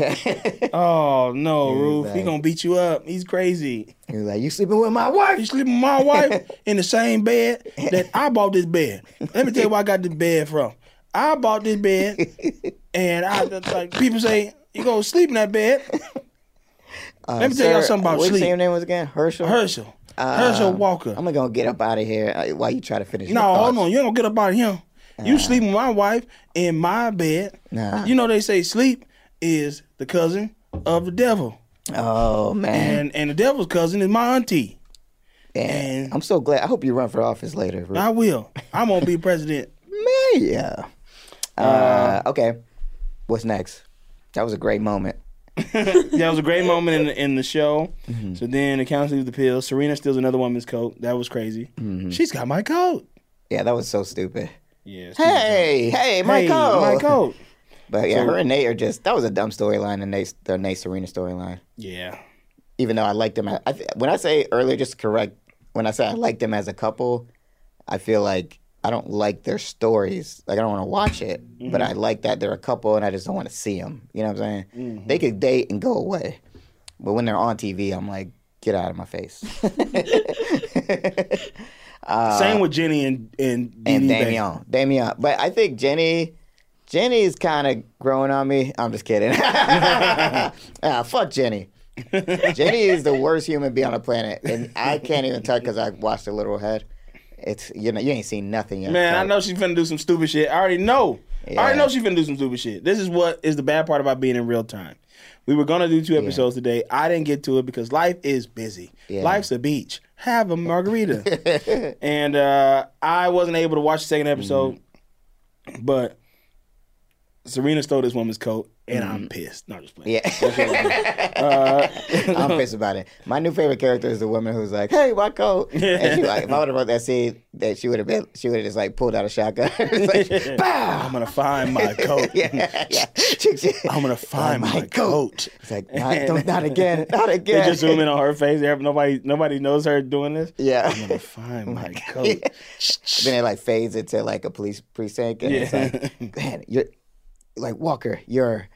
Speaker 3: oh no, Roof, he
Speaker 2: like-
Speaker 3: gonna beat you up. He's crazy.
Speaker 2: He was like, "You sleeping with my wife?"
Speaker 3: You sleeping with my wife in the same bed that I bought this bed. Let me tell you where I got this bed from. I bought this bed, and I like people say you go sleep in that bed. Let me tell
Speaker 2: Sir,
Speaker 3: y'all something about
Speaker 2: Uh, what's
Speaker 3: sleep.
Speaker 2: His name was again Herschel.
Speaker 3: Herschel. Herschel Walker.
Speaker 2: I'm gonna get up out of here uh, while you try to finish.
Speaker 3: No,
Speaker 2: your
Speaker 3: hold
Speaker 2: thoughts.
Speaker 3: on. You don't get about him. You sleep with my wife in my bed.
Speaker 2: Uh. Nah.
Speaker 3: You know they say sleep is the cousin of the devil,
Speaker 2: Oh man,
Speaker 3: and and the devil's cousin is my auntie.
Speaker 2: man. I'm so glad. I hope you run for office later. Ru-
Speaker 3: I will. I'm gonna be president.
Speaker 2: Maya. Uh, okay, what's next? That was a great moment.
Speaker 3: That was a great moment in the, in the show. So then the council leaves the pill. Serena steals another woman's coat. That was crazy. She's got my coat.
Speaker 2: Yeah, that was so stupid.
Speaker 3: Yes.
Speaker 2: Hey, hey, my coat.
Speaker 3: My coat.
Speaker 2: But yeah, her and Nate are just. That was a dumb storyline. And Nate, the Nate Serena storyline.
Speaker 3: Yeah.
Speaker 2: Even though I liked them, I, I th- when I say earlier, just to correct. When I say I like them as a couple, I feel like I don't like their stories. Like I don't want to watch it, but I like that they're a couple, and I just don't want to see them. You know what I'm saying? They could date and go away, but when they're on TV, I'm like, get out of my face.
Speaker 3: Same with Jenny and and,
Speaker 2: and
Speaker 3: DD Banks.
Speaker 2: Damian. Damian. But I think Jenny Jenny's kind of growing on me. I'm just kidding. ah, fuck Jenny. Jenny is the worst human being on the planet. And I can't even tell because I watched a little head. It's you know you ain't seen nothing yet.
Speaker 3: Man, I
Speaker 2: so-
Speaker 3: know she's finna do some stupid shit. I already know. I already
Speaker 2: Yeah.
Speaker 3: know she's finna do some stupid shit. This is what is the bad part about being in real time. We were gonna do two episodes today. I didn't get to it because life is busy. Life's a beach. Have a margarita. and uh, I wasn't able to watch the second episode,
Speaker 2: Mm-hmm.
Speaker 3: but Serena stole this woman's coat, and I'm pissed. No, I'm just playing.
Speaker 2: Mm-hmm. Yeah.
Speaker 3: Uh,
Speaker 2: I'm pissed about it. My new favorite character is the woman who's like, "Hey, my coat." And she like, if I would have wrote that scene, that she would have been, she would have just like pulled out a shotgun. It's like, "Pow!"
Speaker 3: I'm gonna find my coat.
Speaker 2: yeah, yeah. Chick, chick.
Speaker 3: I'm gonna find my, coat.
Speaker 2: It's like not, don't, not again, not again.
Speaker 3: They just zoom in on her face. They have- Nobody, nobody knows her doing this.
Speaker 2: Yeah.
Speaker 3: I'm gonna find my coat.
Speaker 2: then it like fades into like a police precinct, and it's like, man, you're like Walker, you're,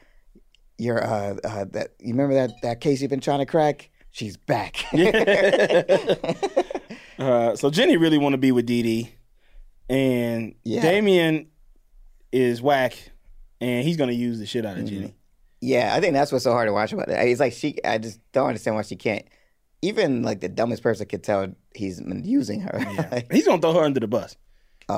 Speaker 2: you're uh, uh that you remember that that case you've been trying to crack? She's back.
Speaker 3: Uh, so Jenny really want to be with Dee Dee, and
Speaker 2: Yeah.
Speaker 3: Damien is whack, and he's gonna use the shit out of Jenny.
Speaker 2: Yeah, I think that's what's so hard to watch about it. It's like she, I just don't understand why she can't. Even like the dumbest person could tell he's been using her. Like,
Speaker 3: He's gonna throw her under the bus.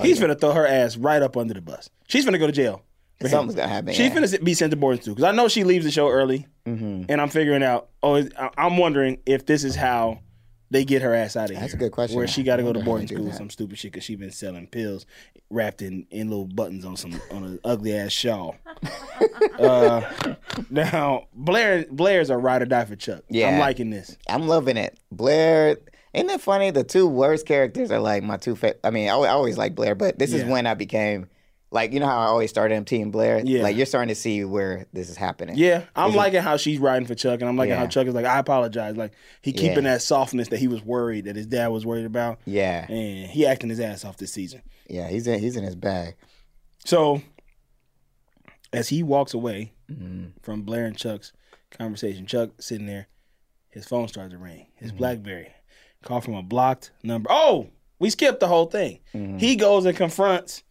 Speaker 3: he's gonna throw her ass right up under the bus. She's gonna go to jail. for him.
Speaker 2: something's gonna happen.
Speaker 3: She's
Speaker 2: yeah. Mm-hmm.
Speaker 3: gonna be sent to boarding school because I know she leaves the show early, and I'm figuring out. Oh, is- I- I'm wondering if this is how they get her ass out of here.
Speaker 2: That's a good question.
Speaker 3: Where she got to go to
Speaker 2: I wonder how
Speaker 3: boarding
Speaker 2: they do
Speaker 3: school, or
Speaker 2: that.
Speaker 3: some stupid shit, because she been selling pills wrapped in, in little buttons on some on an ugly ass shawl. uh, now Blair Blair's a ride or die for Chuck. I'm
Speaker 2: Yeah.
Speaker 3: liking this.
Speaker 2: I'm loving it. Blair, ain't that funny? The two worst characters are like my two favorite. I mean, I, al- I always like Blair, but this
Speaker 3: Yeah.
Speaker 2: is when I became like, you know how I always started MT and Blair?
Speaker 3: Yeah.
Speaker 2: Like, you're starting to see where this is happening.
Speaker 3: Yeah, I'm liking how she's riding for Chuck, and I'm liking how
Speaker 2: Yeah.
Speaker 3: Chuck is like, I apologize. Like he keeping
Speaker 2: Yeah.
Speaker 3: that softness that he was worried that his dad was worried about.
Speaker 2: Yeah.
Speaker 3: And he acting his ass off this season.
Speaker 2: Yeah. He's in, he's in his bag.
Speaker 3: So, as he walks away from Blair and Chuck's conversation, Chuck sitting there, his phone starts to ring. His
Speaker 2: Mm-hmm.
Speaker 3: BlackBerry call from a blocked number. Oh, we skipped the whole thing.
Speaker 2: Mm-hmm.
Speaker 3: He goes and confronts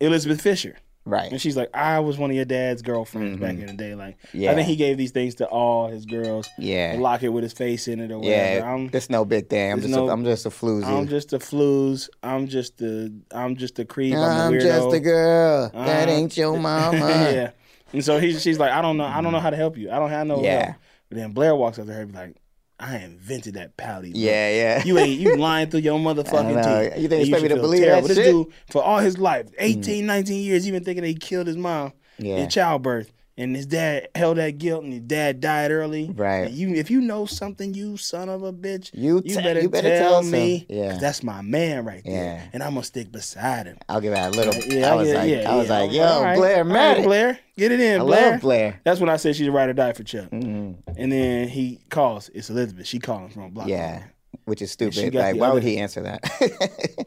Speaker 3: Elizabeth Fisher, and
Speaker 2: Right.
Speaker 3: she's like, "I was one of your dad's girlfriends back in the day." Like, I
Speaker 2: Mm-hmm. Yeah.
Speaker 3: think he gave these things to all his girls.
Speaker 2: Yeah.
Speaker 3: lock it with his face in it or whatever.
Speaker 2: Yeah.
Speaker 3: I'm,
Speaker 2: It's no big thing. I'm
Speaker 3: there's
Speaker 2: just,
Speaker 3: no-
Speaker 2: a, I'm just a floozy.
Speaker 3: I'm just a flues. I'm just a. I'm just a creep. I'm,
Speaker 2: I'm
Speaker 3: a weirdo.
Speaker 2: just a girl. that
Speaker 3: Uh,
Speaker 2: ain't your mama.
Speaker 3: yeah. And so he, she's like, I don't know, I don't know how to help you. I don't have no
Speaker 2: Yeah.
Speaker 3: help. But then Blair walks up to her and be like, I invented that pouty. look.
Speaker 2: Yeah, yeah.
Speaker 3: You ain't you lying through your
Speaker 2: know.
Speaker 3: motherfucking teeth.
Speaker 2: You think expect
Speaker 3: And
Speaker 2: me to
Speaker 3: should feel
Speaker 2: believe that
Speaker 3: terrible. This
Speaker 2: shit? Mm.
Speaker 3: dude for all his life, 18, 19 years, he's been thinking that he killed his mom
Speaker 2: Yeah.
Speaker 3: in childbirth. And his dad held that guilt and his dad died early.
Speaker 2: Right.
Speaker 3: And you if you know something, you son of a bitch,
Speaker 2: You te- you better tell us
Speaker 3: me.
Speaker 2: something. Yeah.
Speaker 3: 'cause that's my man right there.
Speaker 2: Yeah.
Speaker 3: And I'm gonna stick beside him.
Speaker 2: I'll give that a little.
Speaker 3: Yeah,
Speaker 2: I was
Speaker 3: yeah,
Speaker 2: like,
Speaker 3: yeah,
Speaker 2: I was
Speaker 3: yeah.
Speaker 2: like, yo,
Speaker 3: All right.
Speaker 2: Blair,
Speaker 3: All right,
Speaker 2: man.
Speaker 3: Blair, get it in,
Speaker 2: I
Speaker 3: Blair.
Speaker 2: love Blair. Mm-hmm.
Speaker 3: That's when I said she's a ride or die for Chuck. And then he calls. It's Elizabeth. She calling from a block.
Speaker 2: Yeah, which is
Speaker 3: she
Speaker 2: stupid.
Speaker 3: got
Speaker 2: Like,
Speaker 3: the
Speaker 2: why would
Speaker 3: other-
Speaker 2: he answer that?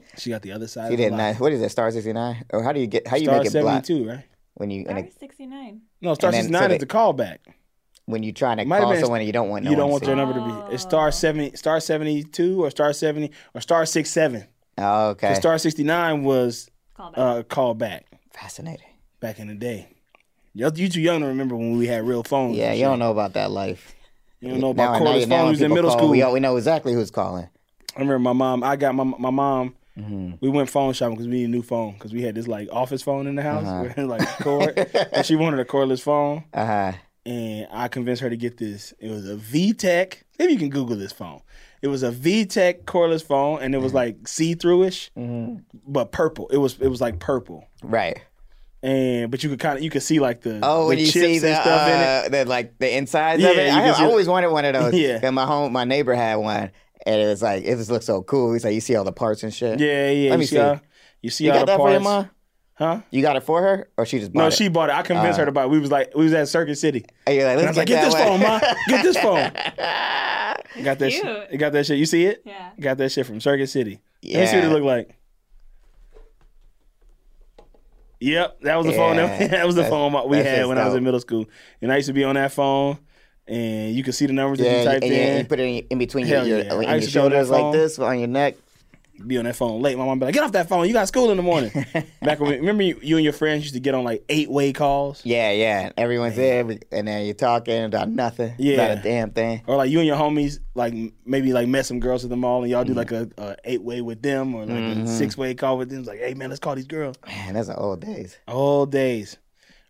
Speaker 3: She got the other side.
Speaker 2: he
Speaker 3: of the
Speaker 2: did
Speaker 3: block.
Speaker 2: not. What is that? Star sixty nine? Or how do you get? How you
Speaker 3: Star
Speaker 2: make it block
Speaker 3: 72, right?
Speaker 2: when you when,
Speaker 4: Star
Speaker 2: it,
Speaker 4: 69.
Speaker 3: No, Star
Speaker 2: And then-
Speaker 3: 69
Speaker 2: so
Speaker 3: is
Speaker 2: they-
Speaker 3: the callback.
Speaker 2: when you trying to
Speaker 3: Might have
Speaker 2: call
Speaker 3: been-
Speaker 2: someone and you don't want no
Speaker 3: you don't
Speaker 2: one
Speaker 3: want
Speaker 2: to
Speaker 3: their number to be. It's Star 70, Star 72 or Star 70 or Star 67.
Speaker 2: see it. Oh, okay.
Speaker 3: But Star 69 was
Speaker 4: Callback.
Speaker 3: uh, callback
Speaker 2: Fascinating.
Speaker 3: back in the day. Y'all- You too young to remember when we had real phones.
Speaker 2: Yeah,
Speaker 3: and
Speaker 2: you don't
Speaker 3: shit.
Speaker 2: know about that life.
Speaker 3: You don't know
Speaker 2: Now,
Speaker 3: about
Speaker 2: now,
Speaker 3: cordless
Speaker 2: now when
Speaker 3: phones in
Speaker 2: people
Speaker 3: middle
Speaker 2: call,
Speaker 3: school.
Speaker 2: we, all- we know exactly who's calling.
Speaker 3: I remember my mom. I got my my mom.
Speaker 2: Mm-hmm.
Speaker 3: We went phone shopping because we needed a new phone because we had this like office phone in the house,
Speaker 2: Uh-huh.
Speaker 3: where, like cord, and she wanted a cordless phone.
Speaker 2: Uh,
Speaker 3: And I convinced her to get this. It was a VTech. Maybe you can Google this phone. It was a VTech cordless phone, and it
Speaker 2: Mm-hmm.
Speaker 3: was like see through ish, but purple. It was it was like purple,
Speaker 2: right.
Speaker 3: and but you could kind of you could see like the
Speaker 2: Oh,
Speaker 3: the
Speaker 2: when you
Speaker 3: chips
Speaker 2: see
Speaker 3: and
Speaker 2: the,
Speaker 3: stuff in it.
Speaker 2: uh, the like the insides of
Speaker 3: Yeah,
Speaker 2: it.
Speaker 3: you
Speaker 2: I,
Speaker 3: can
Speaker 2: have-
Speaker 3: see
Speaker 2: I
Speaker 3: the-
Speaker 2: always wanted one of those.
Speaker 3: Yeah.
Speaker 2: And my home, my neighbor had one, and it was like it just looked so cool. He's like, you see all the parts and shit.
Speaker 3: Yeah, yeah.
Speaker 2: Let
Speaker 3: you
Speaker 2: me
Speaker 3: see.
Speaker 2: see.
Speaker 3: All, you see
Speaker 2: You
Speaker 3: all
Speaker 2: got
Speaker 3: the
Speaker 2: that for
Speaker 3: parts.
Speaker 2: your mom?
Speaker 3: Huh?
Speaker 2: You got it for her, or she just bought
Speaker 3: No,
Speaker 2: it? Uh-huh.
Speaker 3: she bought it. I convinced her to buy. it. We was like, we was at Circuit City.
Speaker 2: And you're like,
Speaker 3: And I
Speaker 2: let's
Speaker 3: was like, get
Speaker 2: that
Speaker 3: this
Speaker 2: one."
Speaker 3: phone, ma. Get this phone. got that.
Speaker 4: Cute.
Speaker 3: Shit. Got that shit. You see it?
Speaker 4: Yeah.
Speaker 3: Got that shit from Circuit City. Let me see what
Speaker 2: Yeah.
Speaker 3: it looked like. Yep, that was the phone.
Speaker 2: Yeah.
Speaker 3: That, that was the
Speaker 2: That's-
Speaker 3: phone we
Speaker 2: that's
Speaker 3: had
Speaker 2: just
Speaker 3: when I was
Speaker 2: dope.
Speaker 3: in middle school, and I used to be on that phone, and you could see the numbers that
Speaker 2: Yeah,
Speaker 3: you
Speaker 2: and
Speaker 3: typed
Speaker 2: you,
Speaker 3: in.
Speaker 2: and you put it in, in between your,
Speaker 3: Hell
Speaker 2: your,
Speaker 3: yeah.
Speaker 2: in
Speaker 3: I
Speaker 2: your
Speaker 3: used to be on that
Speaker 2: shoulders like
Speaker 3: phone.
Speaker 2: this, on your neck.
Speaker 3: be on that phone late. My mom be like, "Get off that phone! You got school in the morning." Back when, we, remember you, you and your friends used to get on like eight way calls,
Speaker 2: Yeah, yeah. and Everyone's there, every- and then you're talking about nothing.
Speaker 3: Yeah.
Speaker 2: About a damn thing.
Speaker 3: or like you and your homies like m- maybe like met some girls at the mall and y'all
Speaker 2: Mm-hmm.
Speaker 3: do like a, a eight way with them or like a six way call with them. It's like, hey man, let's call these girls
Speaker 2: Man, that's the old days.
Speaker 3: all days.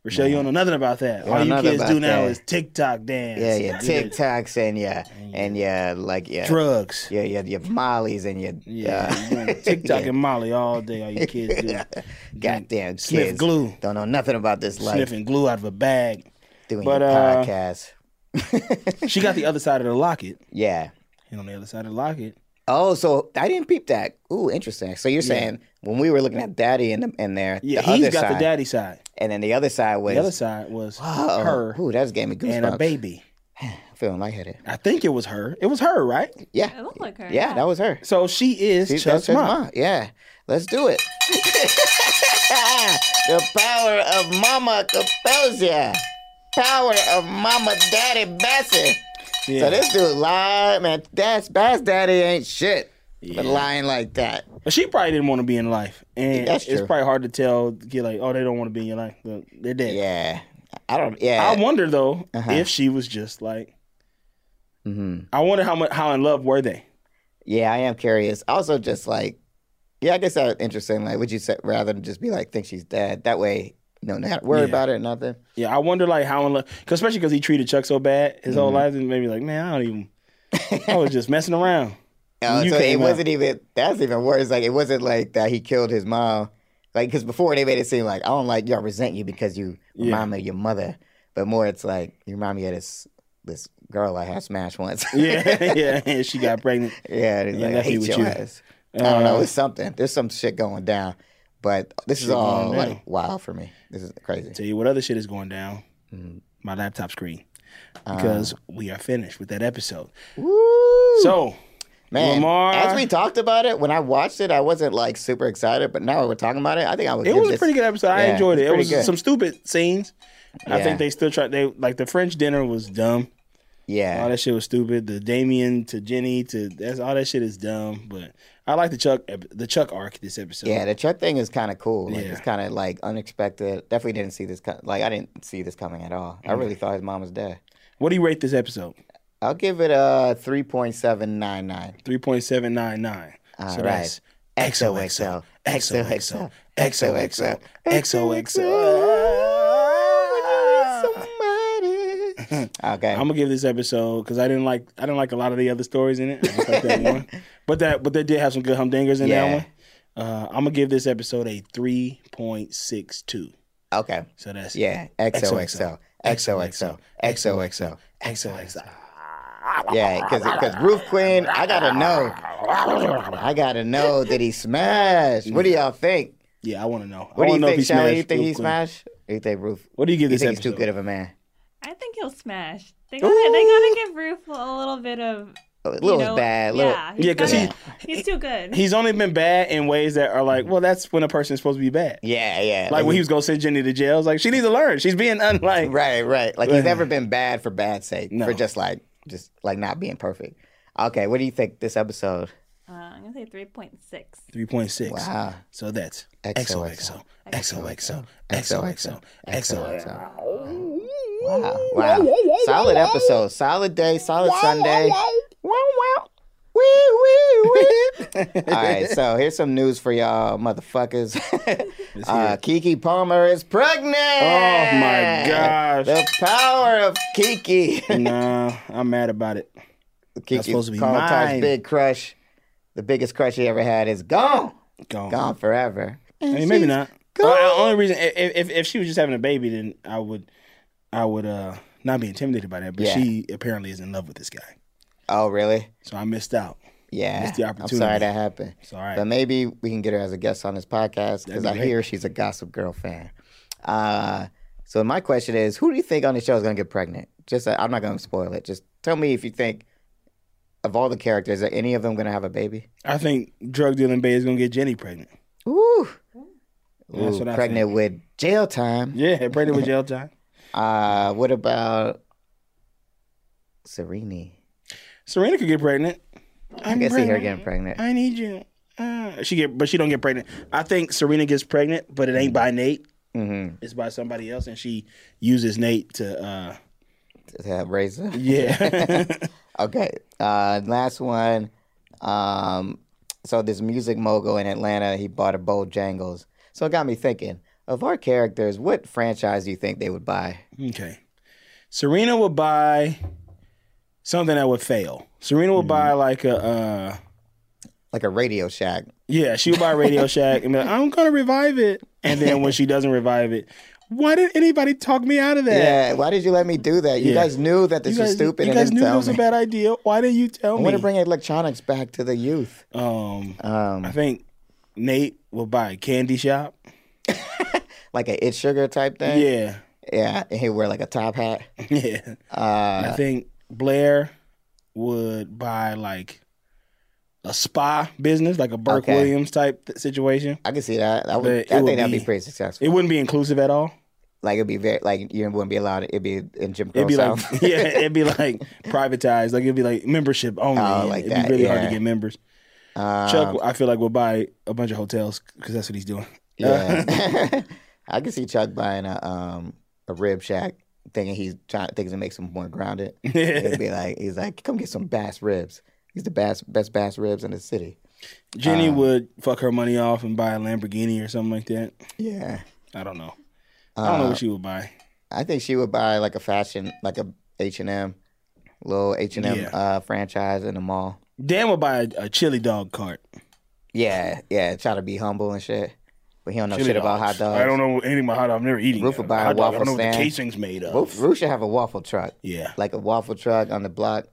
Speaker 3: Rochelle, you don't know nothing about that. All
Speaker 2: don't
Speaker 3: you
Speaker 2: know
Speaker 3: kids
Speaker 2: nothing
Speaker 3: do
Speaker 2: about
Speaker 3: now
Speaker 2: that.
Speaker 3: is TikTok dance.
Speaker 2: Yeah, yeah.
Speaker 3: and do the
Speaker 2: TikToks and yeah, and yeah, like yeah,
Speaker 3: drugs.
Speaker 2: yeah, yeah, your mollies and your uh,
Speaker 3: Yeah,
Speaker 2: yeah,
Speaker 3: you doing TikTok and Molly all day. All you kids do
Speaker 2: goddamn
Speaker 3: Sniff
Speaker 2: kids.
Speaker 3: glue.
Speaker 2: Don't know nothing about this life.
Speaker 3: sniffing glue out of a bag.
Speaker 2: Doing
Speaker 3: But,
Speaker 2: your
Speaker 3: uh,
Speaker 2: podcast.
Speaker 3: She got the other side of the locket,
Speaker 2: Yeah.
Speaker 3: and on the other side of the locket,
Speaker 2: Oh, so I didn't peep that. Ooh, interesting. So you're saying when we were looking at Daddy in the, in there,
Speaker 3: yeah,
Speaker 2: the
Speaker 3: he's
Speaker 2: other
Speaker 3: got
Speaker 2: side,
Speaker 3: the daddy side.
Speaker 2: and then the other side was
Speaker 3: The other side was
Speaker 2: Wow.
Speaker 3: her
Speaker 2: Ooh, that's gave me goosebumps.
Speaker 3: and a baby.
Speaker 2: I'm feeling lightheaded.
Speaker 3: I think it was her. It was her, right?
Speaker 2: Yeah.
Speaker 4: It looked like her.
Speaker 2: Yeah, that was her.
Speaker 3: So she is
Speaker 2: See, that's
Speaker 3: Chuck's
Speaker 2: his
Speaker 3: mom.
Speaker 2: mom. Yeah. Let's do it. the power of Mama Capelsia. Power of Mama Daddy Bessie.
Speaker 3: Yeah.
Speaker 2: So this dude lied, man. That's Bass Daddy ain't shit. But lying like that.
Speaker 3: But she probably didn't want to be in life, and
Speaker 2: That's
Speaker 3: it's
Speaker 2: true.
Speaker 3: probably hard to tell. Get like, oh, they don't want to be in your life. Look, They're dead.
Speaker 2: Yeah. Uh-huh. I don't yeah.
Speaker 3: I wonder though if she was just like.
Speaker 2: Mm-hmm.
Speaker 3: I wonder how much how in love were they?
Speaker 2: yeah, I am curious. Also just like yeah, I guess that's interesting. Like, would you say rather than just be like, think she's dead? That way, you know, not worry
Speaker 3: Yeah.
Speaker 2: about it, nothing.
Speaker 3: Yeah, I wonder like how in love, cause especially because he treated Chuck so bad his
Speaker 2: Mm-hmm.
Speaker 3: whole life, and maybe like, man, I don't even. I was just messing around.
Speaker 2: Oh,
Speaker 3: You
Speaker 2: so it
Speaker 3: came out.
Speaker 2: wasn't even. That's even worse. Like it wasn't like that. He killed his mom. Like because before they made it seem like I don't like y'all resent you because you remind me of your mother. But more, it's like you remind me of this this girl I had smashed once.
Speaker 3: Yeah, yeah, and she got pregnant.
Speaker 2: yeah. It's
Speaker 3: Yeah,
Speaker 2: like, I
Speaker 3: that's me
Speaker 2: hate
Speaker 3: with
Speaker 2: your
Speaker 3: you. Uh,
Speaker 2: ass. I don't know. It's something. There's some shit going down. But this is all
Speaker 3: going down.
Speaker 2: like wild for me. This is crazy.
Speaker 3: Tell you what other shit is going down.
Speaker 2: Mm.
Speaker 3: My laptop screen.
Speaker 2: Uh-huh.
Speaker 3: Because we are finished with that episode. So
Speaker 2: Man,
Speaker 3: Lamar-
Speaker 2: as we talked about it, when I watched it, I wasn't like super excited. But now that we're talking about it, I think I would.
Speaker 3: it
Speaker 2: give
Speaker 3: was a
Speaker 2: this-
Speaker 3: pretty good episode. I
Speaker 2: Yeah,
Speaker 3: enjoyed it. It
Speaker 2: pretty
Speaker 3: was
Speaker 2: good.
Speaker 3: some stupid scenes. I
Speaker 2: Yeah.
Speaker 3: think they still try they like the French dinner was dumb.
Speaker 2: Yeah.
Speaker 3: All Oh, that shit was stupid. The Damien to Jenny to that's all that shit is dumb. But I like the Chuck ep- the Chuck arc this episode.
Speaker 2: Yeah, the Chuck thing is kind of cool. Like,
Speaker 3: Yeah.
Speaker 2: It's kind of like unexpected. Definitely didn't see this. co- Like I didn't see this coming at all.
Speaker 3: Mm-hmm.
Speaker 2: I really thought his mom was dead.
Speaker 3: What do you rate this episode?
Speaker 2: I'll give it a three point seven nine nine.
Speaker 3: Three point seven nine nine.
Speaker 2: All
Speaker 3: so
Speaker 2: right.
Speaker 3: that's XOXO, XOXO, XOXO, Ah.
Speaker 2: Somebody. Okay.
Speaker 3: I'm gonna give this episode because I didn't like I didn't like a lot of the other stories in it. I just like that one, but that but they did have some good humdingers in
Speaker 2: Yeah.
Speaker 3: that one. Uh, I'm gonna give this episode a three point six two.
Speaker 2: okay.
Speaker 3: So that's
Speaker 2: Yeah. XOXO. XOXO. XOXO.
Speaker 3: XOXO.
Speaker 2: Yeah, because Roof Queen, I gotta know. I gotta know that he smashed. What do y'all think?
Speaker 3: Yeah, I want to know.
Speaker 2: What
Speaker 3: I
Speaker 2: do
Speaker 3: wanna
Speaker 2: you
Speaker 3: know if
Speaker 2: think,
Speaker 3: he
Speaker 2: Shelly? You
Speaker 3: smashed
Speaker 2: think
Speaker 3: real
Speaker 2: he
Speaker 3: quick.
Speaker 2: smashed? Or you think Roof?
Speaker 3: What do you give
Speaker 2: You
Speaker 3: this
Speaker 2: think he's
Speaker 3: episode?
Speaker 2: too good of a man?
Speaker 4: I think he'll smash. They gotta, they gotta give Roof a little bit of.
Speaker 2: A
Speaker 4: you
Speaker 2: little
Speaker 4: know,
Speaker 2: bad. Little,
Speaker 4: Yeah, he's
Speaker 3: Yeah, 'cause
Speaker 4: gotta- he's too good.
Speaker 3: He's only been bad in ways that are like, well, that's when a person's supposed to be bad.
Speaker 2: Mm-hmm. yeah, yeah.
Speaker 3: Like when he was gonna send Jenny to jail, it's like she needs to learn. She's being unlike.
Speaker 2: right, right. Like he's never been bad for bad sake.
Speaker 3: No.
Speaker 2: For just like, just like not being perfect. Okay, what do you think this episode?
Speaker 4: Uh, I'm gonna say 3.6.
Speaker 3: Three point six.
Speaker 2: Wow.
Speaker 3: So that's
Speaker 2: XOXO,
Speaker 3: XOXO, XOXO, XOXO, XOXO.
Speaker 2: Wow, wow. Solid episode. Solid day. Solid Sunday. Wow, wow. Wee, wee, All right, so here's some news for y'all, motherfuckers. uh, Kiki Palmer is pregnant.
Speaker 3: Oh my gosh.
Speaker 2: The power of Kiki.
Speaker 3: nah, I'm mad about it.
Speaker 2: Kiki
Speaker 3: supposed to be
Speaker 2: Palmer's
Speaker 3: mine.
Speaker 2: big crush, the biggest crush he ever had, is gone,
Speaker 3: Gone.
Speaker 2: gone forever.
Speaker 3: I mean, maybe not.
Speaker 2: gone.
Speaker 3: Well, the only reason if, if if she was just having a baby, then I would I would uh not be intimidated by that. But
Speaker 2: Yeah.
Speaker 3: she apparently is in love with this guy,
Speaker 2: Oh, really?
Speaker 3: so I missed out.
Speaker 2: Yeah.
Speaker 3: Missed the
Speaker 2: I'm sorry
Speaker 3: opportunity.
Speaker 2: that happened.
Speaker 3: It's all right.
Speaker 2: But maybe we can get her as a guest on this podcast because
Speaker 3: be
Speaker 2: I
Speaker 3: great.
Speaker 2: hear she's a Gossip Girl fan. Uh, so my question is, who do you think on the show is going to get pregnant? Just uh, I'm not going to spoil it. Just tell me if you think of all the characters, are any of them going to have a baby?
Speaker 3: I think drug dealing Bay is gonna get Jenny pregnant.
Speaker 2: Ooh,
Speaker 3: That's
Speaker 2: Ooh,
Speaker 3: what I
Speaker 2: pregnant with jail time.
Speaker 3: Yeah, pregnant with jail time.
Speaker 2: Uh, what about Serene?
Speaker 3: Serena could get pregnant.
Speaker 2: I can see her getting pregnant.
Speaker 3: I need you. Uh, she get, but she don't get pregnant. I think Serena gets pregnant, but it ain't by Nate.
Speaker 2: Mm-hmm.
Speaker 3: It's by somebody else, and she uses Nate to. uh
Speaker 2: To have razor.
Speaker 3: Yeah,
Speaker 2: Okay. Uh, last one. Um, so this music mogul in Atlanta, he bought a Bojangles. So it got me thinking of our characters. What franchise do you think they would buy?
Speaker 3: Okay. Serena would buy something that would fail. Serena would
Speaker 2: Mm-hmm.
Speaker 3: buy like a uh
Speaker 2: Like a Radio Shack.
Speaker 3: yeah, she would buy Radio Shack and be like, I'm gonna revive it. And then when she doesn't revive it, why did anybody talk me out of that?
Speaker 2: Yeah. Why did you let me do that? You
Speaker 3: Yeah.
Speaker 2: guys knew that this
Speaker 3: you guys,
Speaker 2: was stupid
Speaker 3: you
Speaker 2: and
Speaker 3: guys
Speaker 2: didn't
Speaker 3: knew it
Speaker 2: tell
Speaker 3: was
Speaker 2: me.
Speaker 3: a bad idea. Why didn't you tell
Speaker 2: I
Speaker 3: me?
Speaker 2: want to bring electronics back to the youth.
Speaker 3: um I
Speaker 2: Um,
Speaker 3: think Nate would buy a candy shop.
Speaker 2: like a It Sugar type thing.
Speaker 3: Yeah.
Speaker 2: Yeah. And he wear like a top hat.
Speaker 3: Yeah.
Speaker 2: Uh,
Speaker 3: I think Blair would buy like a spa business, like a Burke
Speaker 2: Okay.
Speaker 3: Williams type th- situation.
Speaker 2: I can see that. I,
Speaker 3: But
Speaker 2: would, I
Speaker 3: it
Speaker 2: think
Speaker 3: would
Speaker 2: that'd be
Speaker 3: be-
Speaker 2: pretty successful.
Speaker 3: It wouldn't be inclusive at all.
Speaker 2: like it'd be very like you wouldn't be allowed. It'd be in Jim Crow
Speaker 3: It'd be
Speaker 2: South.
Speaker 3: like yeah, it'd be like privatized. Like it'd be like membership only.
Speaker 2: Oh, like
Speaker 3: it'd
Speaker 2: that,
Speaker 3: be really hard
Speaker 2: yeah.
Speaker 3: to get members.
Speaker 2: Um,
Speaker 3: Chuck, I feel like will buy a bunch of hotels because that's what he's doing.
Speaker 2: Yeah. I can see Chuck buying a um a rib shack, thinking he's trying thinking to make him more grounded. He'd be like, he's like, come get some bass ribs. He's the best best bass ribs in the city.
Speaker 3: Jenny
Speaker 2: Uh,
Speaker 3: would fuck her money off and buy a Lamborghini or something like that.
Speaker 2: Yeah.
Speaker 3: I don't know. I don't know
Speaker 2: uh,
Speaker 3: what she would buy.
Speaker 2: I think she would buy like a fashion, like a H and M, little H and M
Speaker 3: Yeah.
Speaker 2: uh franchise in the mall.
Speaker 3: Dan would buy a, a chili dog cart.
Speaker 2: Yeah, yeah. Try to be humble and shit, but he don't know shit about hot dogs.
Speaker 3: I don't know anything about hot dog. I'm never eating.
Speaker 2: Roof
Speaker 3: it.
Speaker 2: would buy a
Speaker 3: Hot dog, I
Speaker 2: waffle
Speaker 3: don't know what the
Speaker 2: stand.
Speaker 3: casing's made of.
Speaker 2: Roof, Roof should have a waffle truck,
Speaker 3: Yeah.
Speaker 2: like a waffle truck on the block.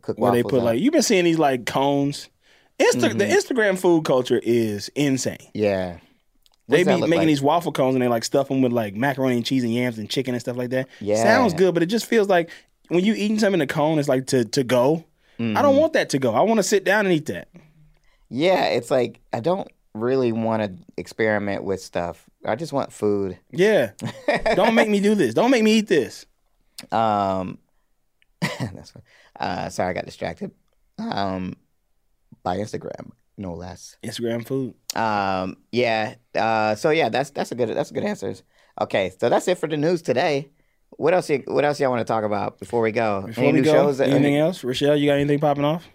Speaker 2: Cook
Speaker 3: Where
Speaker 2: waffles
Speaker 3: they
Speaker 2: Mm-hmm.
Speaker 3: put
Speaker 2: on.
Speaker 3: like you've been seeing these like cones. Insta- The Instagram food culture is insane.
Speaker 2: yeah. What
Speaker 3: They
Speaker 2: does
Speaker 3: be
Speaker 2: that
Speaker 3: making
Speaker 2: look like?
Speaker 3: these waffle cones and they like stuff them with like macaroni and cheese and yams and chicken and stuff like that.
Speaker 2: Yeah.
Speaker 3: Sounds good, but it just feels like when you eating something in a cone, it's like to to go. I
Speaker 2: Mm-hmm.
Speaker 3: don't want that to go. I want to sit down and eat that.
Speaker 2: Yeah, it's like I don't really want to experiment with stuff. I just want food.
Speaker 3: Yeah. don't make me do this. Don't make me eat this.
Speaker 2: Um, that's fine. Uh, sorry, I got distracted. Um, by Instagram, no less.
Speaker 3: Instagram food.
Speaker 2: Um, yeah. Uh, so yeah, that's that's a good that's a good answers. Okay, so that's it for the news today. What else? You, what else y'all want to talk about before we go?
Speaker 3: Before
Speaker 2: Any
Speaker 3: we
Speaker 2: new
Speaker 3: go,
Speaker 2: shows? that-
Speaker 3: anything else? Rochelle, you got anything popping off?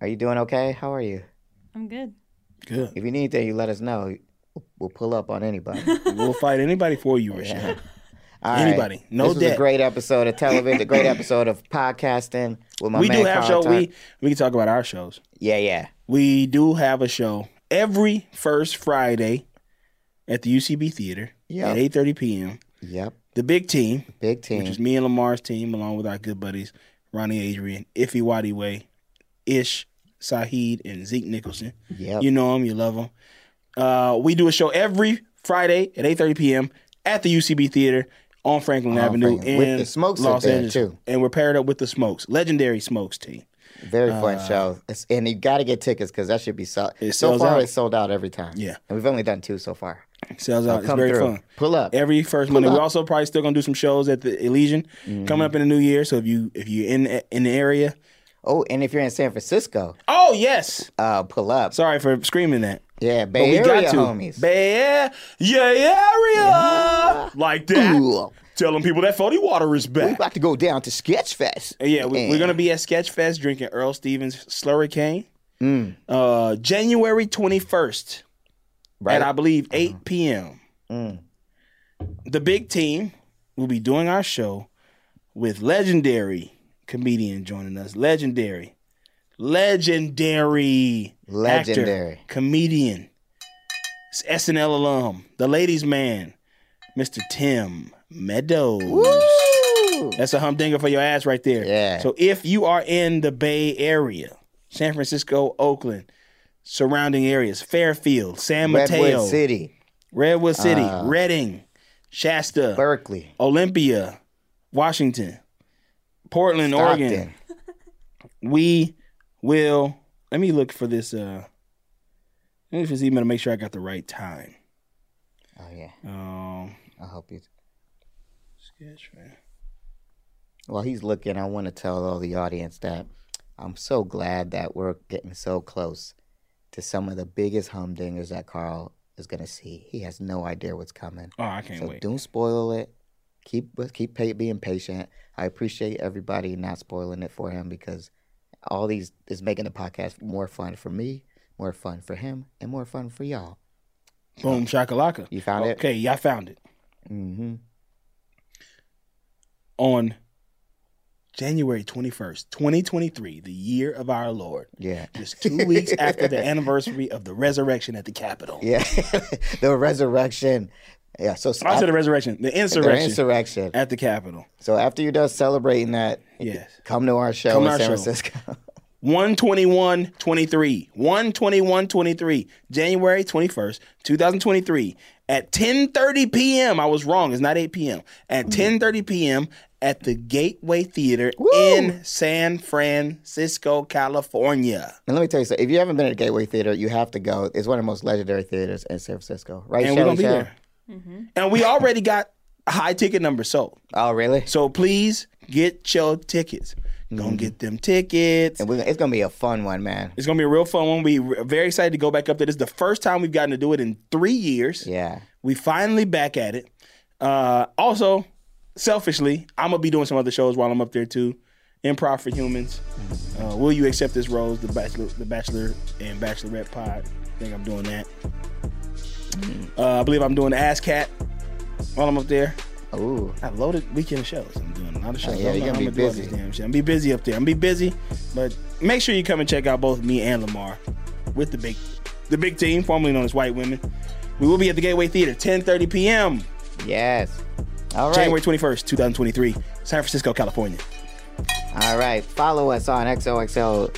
Speaker 2: Are you doing okay? How are you?
Speaker 4: I'm good.
Speaker 3: Good.
Speaker 2: If you need anything, you let us know. We'll pull up on anybody.
Speaker 3: We'll fight anybody for you, Rochelle.
Speaker 2: All right.
Speaker 3: Anybody. No
Speaker 2: this was a
Speaker 3: debt.
Speaker 2: great episode of television. a great episode of podcasting with my
Speaker 3: we
Speaker 2: man
Speaker 3: do have
Speaker 2: Carl
Speaker 3: show.
Speaker 2: Tuck.
Speaker 3: We we can talk about our shows.
Speaker 2: Yeah, yeah.
Speaker 3: We do have a show every first Friday at the UCB Theater
Speaker 2: Yeah.
Speaker 3: at 8:30 p.m.
Speaker 2: Yep.
Speaker 3: The big team,
Speaker 2: Big
Speaker 3: which is
Speaker 2: team.
Speaker 3: me and Lamar's team, along with our good buddies Ronnie Adrian, Iffy Wadiway, Ish Saheed, and Zeke Nicholson.
Speaker 2: Yep.
Speaker 3: You know them, you love them. Uh, we do a show every Friday at 8:30 p.m. at the UCB Theater on Franklin
Speaker 2: On
Speaker 3: Avenue
Speaker 2: Franklin.
Speaker 3: in
Speaker 2: With the Smokes up
Speaker 3: Los
Speaker 2: there,
Speaker 3: Angeles,
Speaker 2: too.
Speaker 3: and we're paired up with the Smokes, legendary Smokes team.
Speaker 2: Very fun show. It's, and you got to get tickets because that should be sold.
Speaker 3: Uh, It
Speaker 2: So
Speaker 3: sells
Speaker 2: far,
Speaker 3: out.
Speaker 2: it's sold out every time.
Speaker 3: Yeah.
Speaker 2: And we've only done two so far.
Speaker 3: Sells out. It's
Speaker 2: Oh, Come
Speaker 3: very
Speaker 2: through.
Speaker 3: fun.
Speaker 2: Pull up. Mm-hmm.
Speaker 3: every first Monday. We're also probably still gonna do some shows at the Elysian coming up in the new year. So if you if you're in in the area,
Speaker 2: oh, and if you're in San Francisco,
Speaker 3: oh yes,
Speaker 2: uh, pull up.
Speaker 3: sorry for screaming that.
Speaker 2: yeah,
Speaker 3: But
Speaker 2: Bay
Speaker 3: we
Speaker 2: Area
Speaker 3: got to
Speaker 2: homies.
Speaker 3: Bay Area, yeah, area like that.
Speaker 2: Ooh.
Speaker 3: Telling people that Fody Water is
Speaker 2: we
Speaker 3: back.
Speaker 2: about to go down to Sketch Fest.
Speaker 3: Uh, Yeah, we,
Speaker 2: Yeah.
Speaker 3: we're gonna be at Sketchfest drinking Earl Stevens Slurricane.
Speaker 2: Mm.
Speaker 3: Uh, January 21st
Speaker 2: Right. Mm-hmm. Mm.
Speaker 3: at, I believe, 8 p.m. The big team will be doing our show with legendary comedian joining us. Legendary. Legendary.
Speaker 2: Legendary.
Speaker 3: Actor, comedian. SNL alum. The ladies' man. Mr. Tim Meadows.
Speaker 2: Woo!
Speaker 3: That's a humdinger for your ass right there.
Speaker 2: Yeah.
Speaker 3: So if you are in the Bay Area, San Francisco, Oakland, surrounding areas, Fairfield, San
Speaker 2: Redwood
Speaker 3: Mateo,
Speaker 2: City,
Speaker 3: Redwood City,
Speaker 2: Ah.
Speaker 3: Redding, Shasta,
Speaker 2: Berkeley,
Speaker 3: Olympia, Washington, Portland, Oregon.
Speaker 2: Oregon.
Speaker 3: We will. Let me look for this. Uh, let me just email to make sure I got the right time.
Speaker 2: Oh yeah,
Speaker 3: Um,
Speaker 2: I'll help you.
Speaker 3: sketch, man.
Speaker 2: While he's looking, I want to tell all the audience that I'm so glad that we're getting so close to some of the biggest humdingers that Carl is gonna see. He has no idea what's coming.
Speaker 3: Oh, I can't
Speaker 2: so
Speaker 3: wait.
Speaker 2: don't spoil it. Keep keep pa- being patient. I appreciate everybody not spoiling it for him because all these is making the podcast more fun for me, more fun for him, and more fun for y'all.
Speaker 3: Boom, shakalaka.
Speaker 2: You found it?
Speaker 3: Okay, yeah, I found it.
Speaker 2: Mm-hmm.
Speaker 3: On January 21st, 2023, the year of our Lord,
Speaker 2: Yeah.
Speaker 3: just two weeks after the anniversary of the resurrection at the Capitol.
Speaker 2: Yeah. the resurrection. Yeah. So
Speaker 3: I said the resurrection, the insurrection
Speaker 2: The insurrection.
Speaker 3: at the Capitol.
Speaker 2: So after you're done celebrating that,
Speaker 3: Yes.
Speaker 2: come to our show
Speaker 3: Come to
Speaker 2: in
Speaker 3: our
Speaker 2: San
Speaker 3: show.
Speaker 2: Francisco.
Speaker 3: 121 23. 121 23. January 21st, 2023. At 10:30 p.m. I was wrong. It's not 8 p.m. At 10:30 p.m. at the Gateway Theater in San Francisco, California.
Speaker 2: and let me tell you something. If you haven't been at Gateway Theater, you have to go. It's one of the most legendary theaters in San Francisco. Right,
Speaker 3: And we're
Speaker 2: Shelley
Speaker 3: going to be
Speaker 2: Shell?
Speaker 3: there. And we already got high ticket numbers sold.
Speaker 2: Oh, really?
Speaker 3: So please get your tickets. Gonna get them tickets.
Speaker 2: And we're, it's going to be a fun one, man.
Speaker 3: It's gonna be a real fun one. We re- very excited to go back up there. This is the first time we've gotten to do it in three years.
Speaker 2: Yeah.
Speaker 3: We finally back at it. Uh, also, selfishly, I'm gonna be doing some other shows while I'm up there too. Improv for Humans. Uh, Will you accept this rose? The Bachelor, the Bachelor and Bachelorette pod. I think I'm doing that. Uh, I believe I'm doing Ass Cat while I'm up there.
Speaker 2: Ooh.
Speaker 3: I have loaded weekend shows. I'm doing a lot of shows.
Speaker 2: Oh, yeah,
Speaker 3: I
Speaker 2: you're
Speaker 3: don't
Speaker 2: gonna be
Speaker 3: know how I'm do all
Speaker 2: busy.
Speaker 3: this damn shit. I'm be busy up there. I'm be busy, but make sure you come and check out both me and Lamar with the big, the big team, formerly known as White Women. We will be at the Gateway Theater, 10:30 p.m.
Speaker 2: Yes. All right.
Speaker 3: January 21st, 2023, San Francisco, California.
Speaker 2: All right. Follow us on XOXO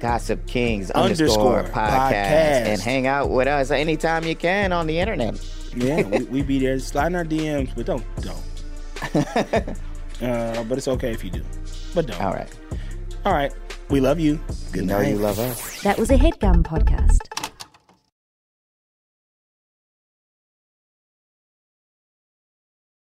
Speaker 2: Gossip Kings
Speaker 3: Underscore
Speaker 2: underscore, podcast,
Speaker 3: podcast.
Speaker 2: and hang out with us anytime you can on the internet.
Speaker 3: Yeah, we, we be there sliding our DMs, but don't don't. uh, but it's okay if you do, but don't.
Speaker 2: All right.
Speaker 3: All right. We love you. Good
Speaker 2: You
Speaker 3: night.
Speaker 2: know you love us.
Speaker 7: That was a headgum podcast.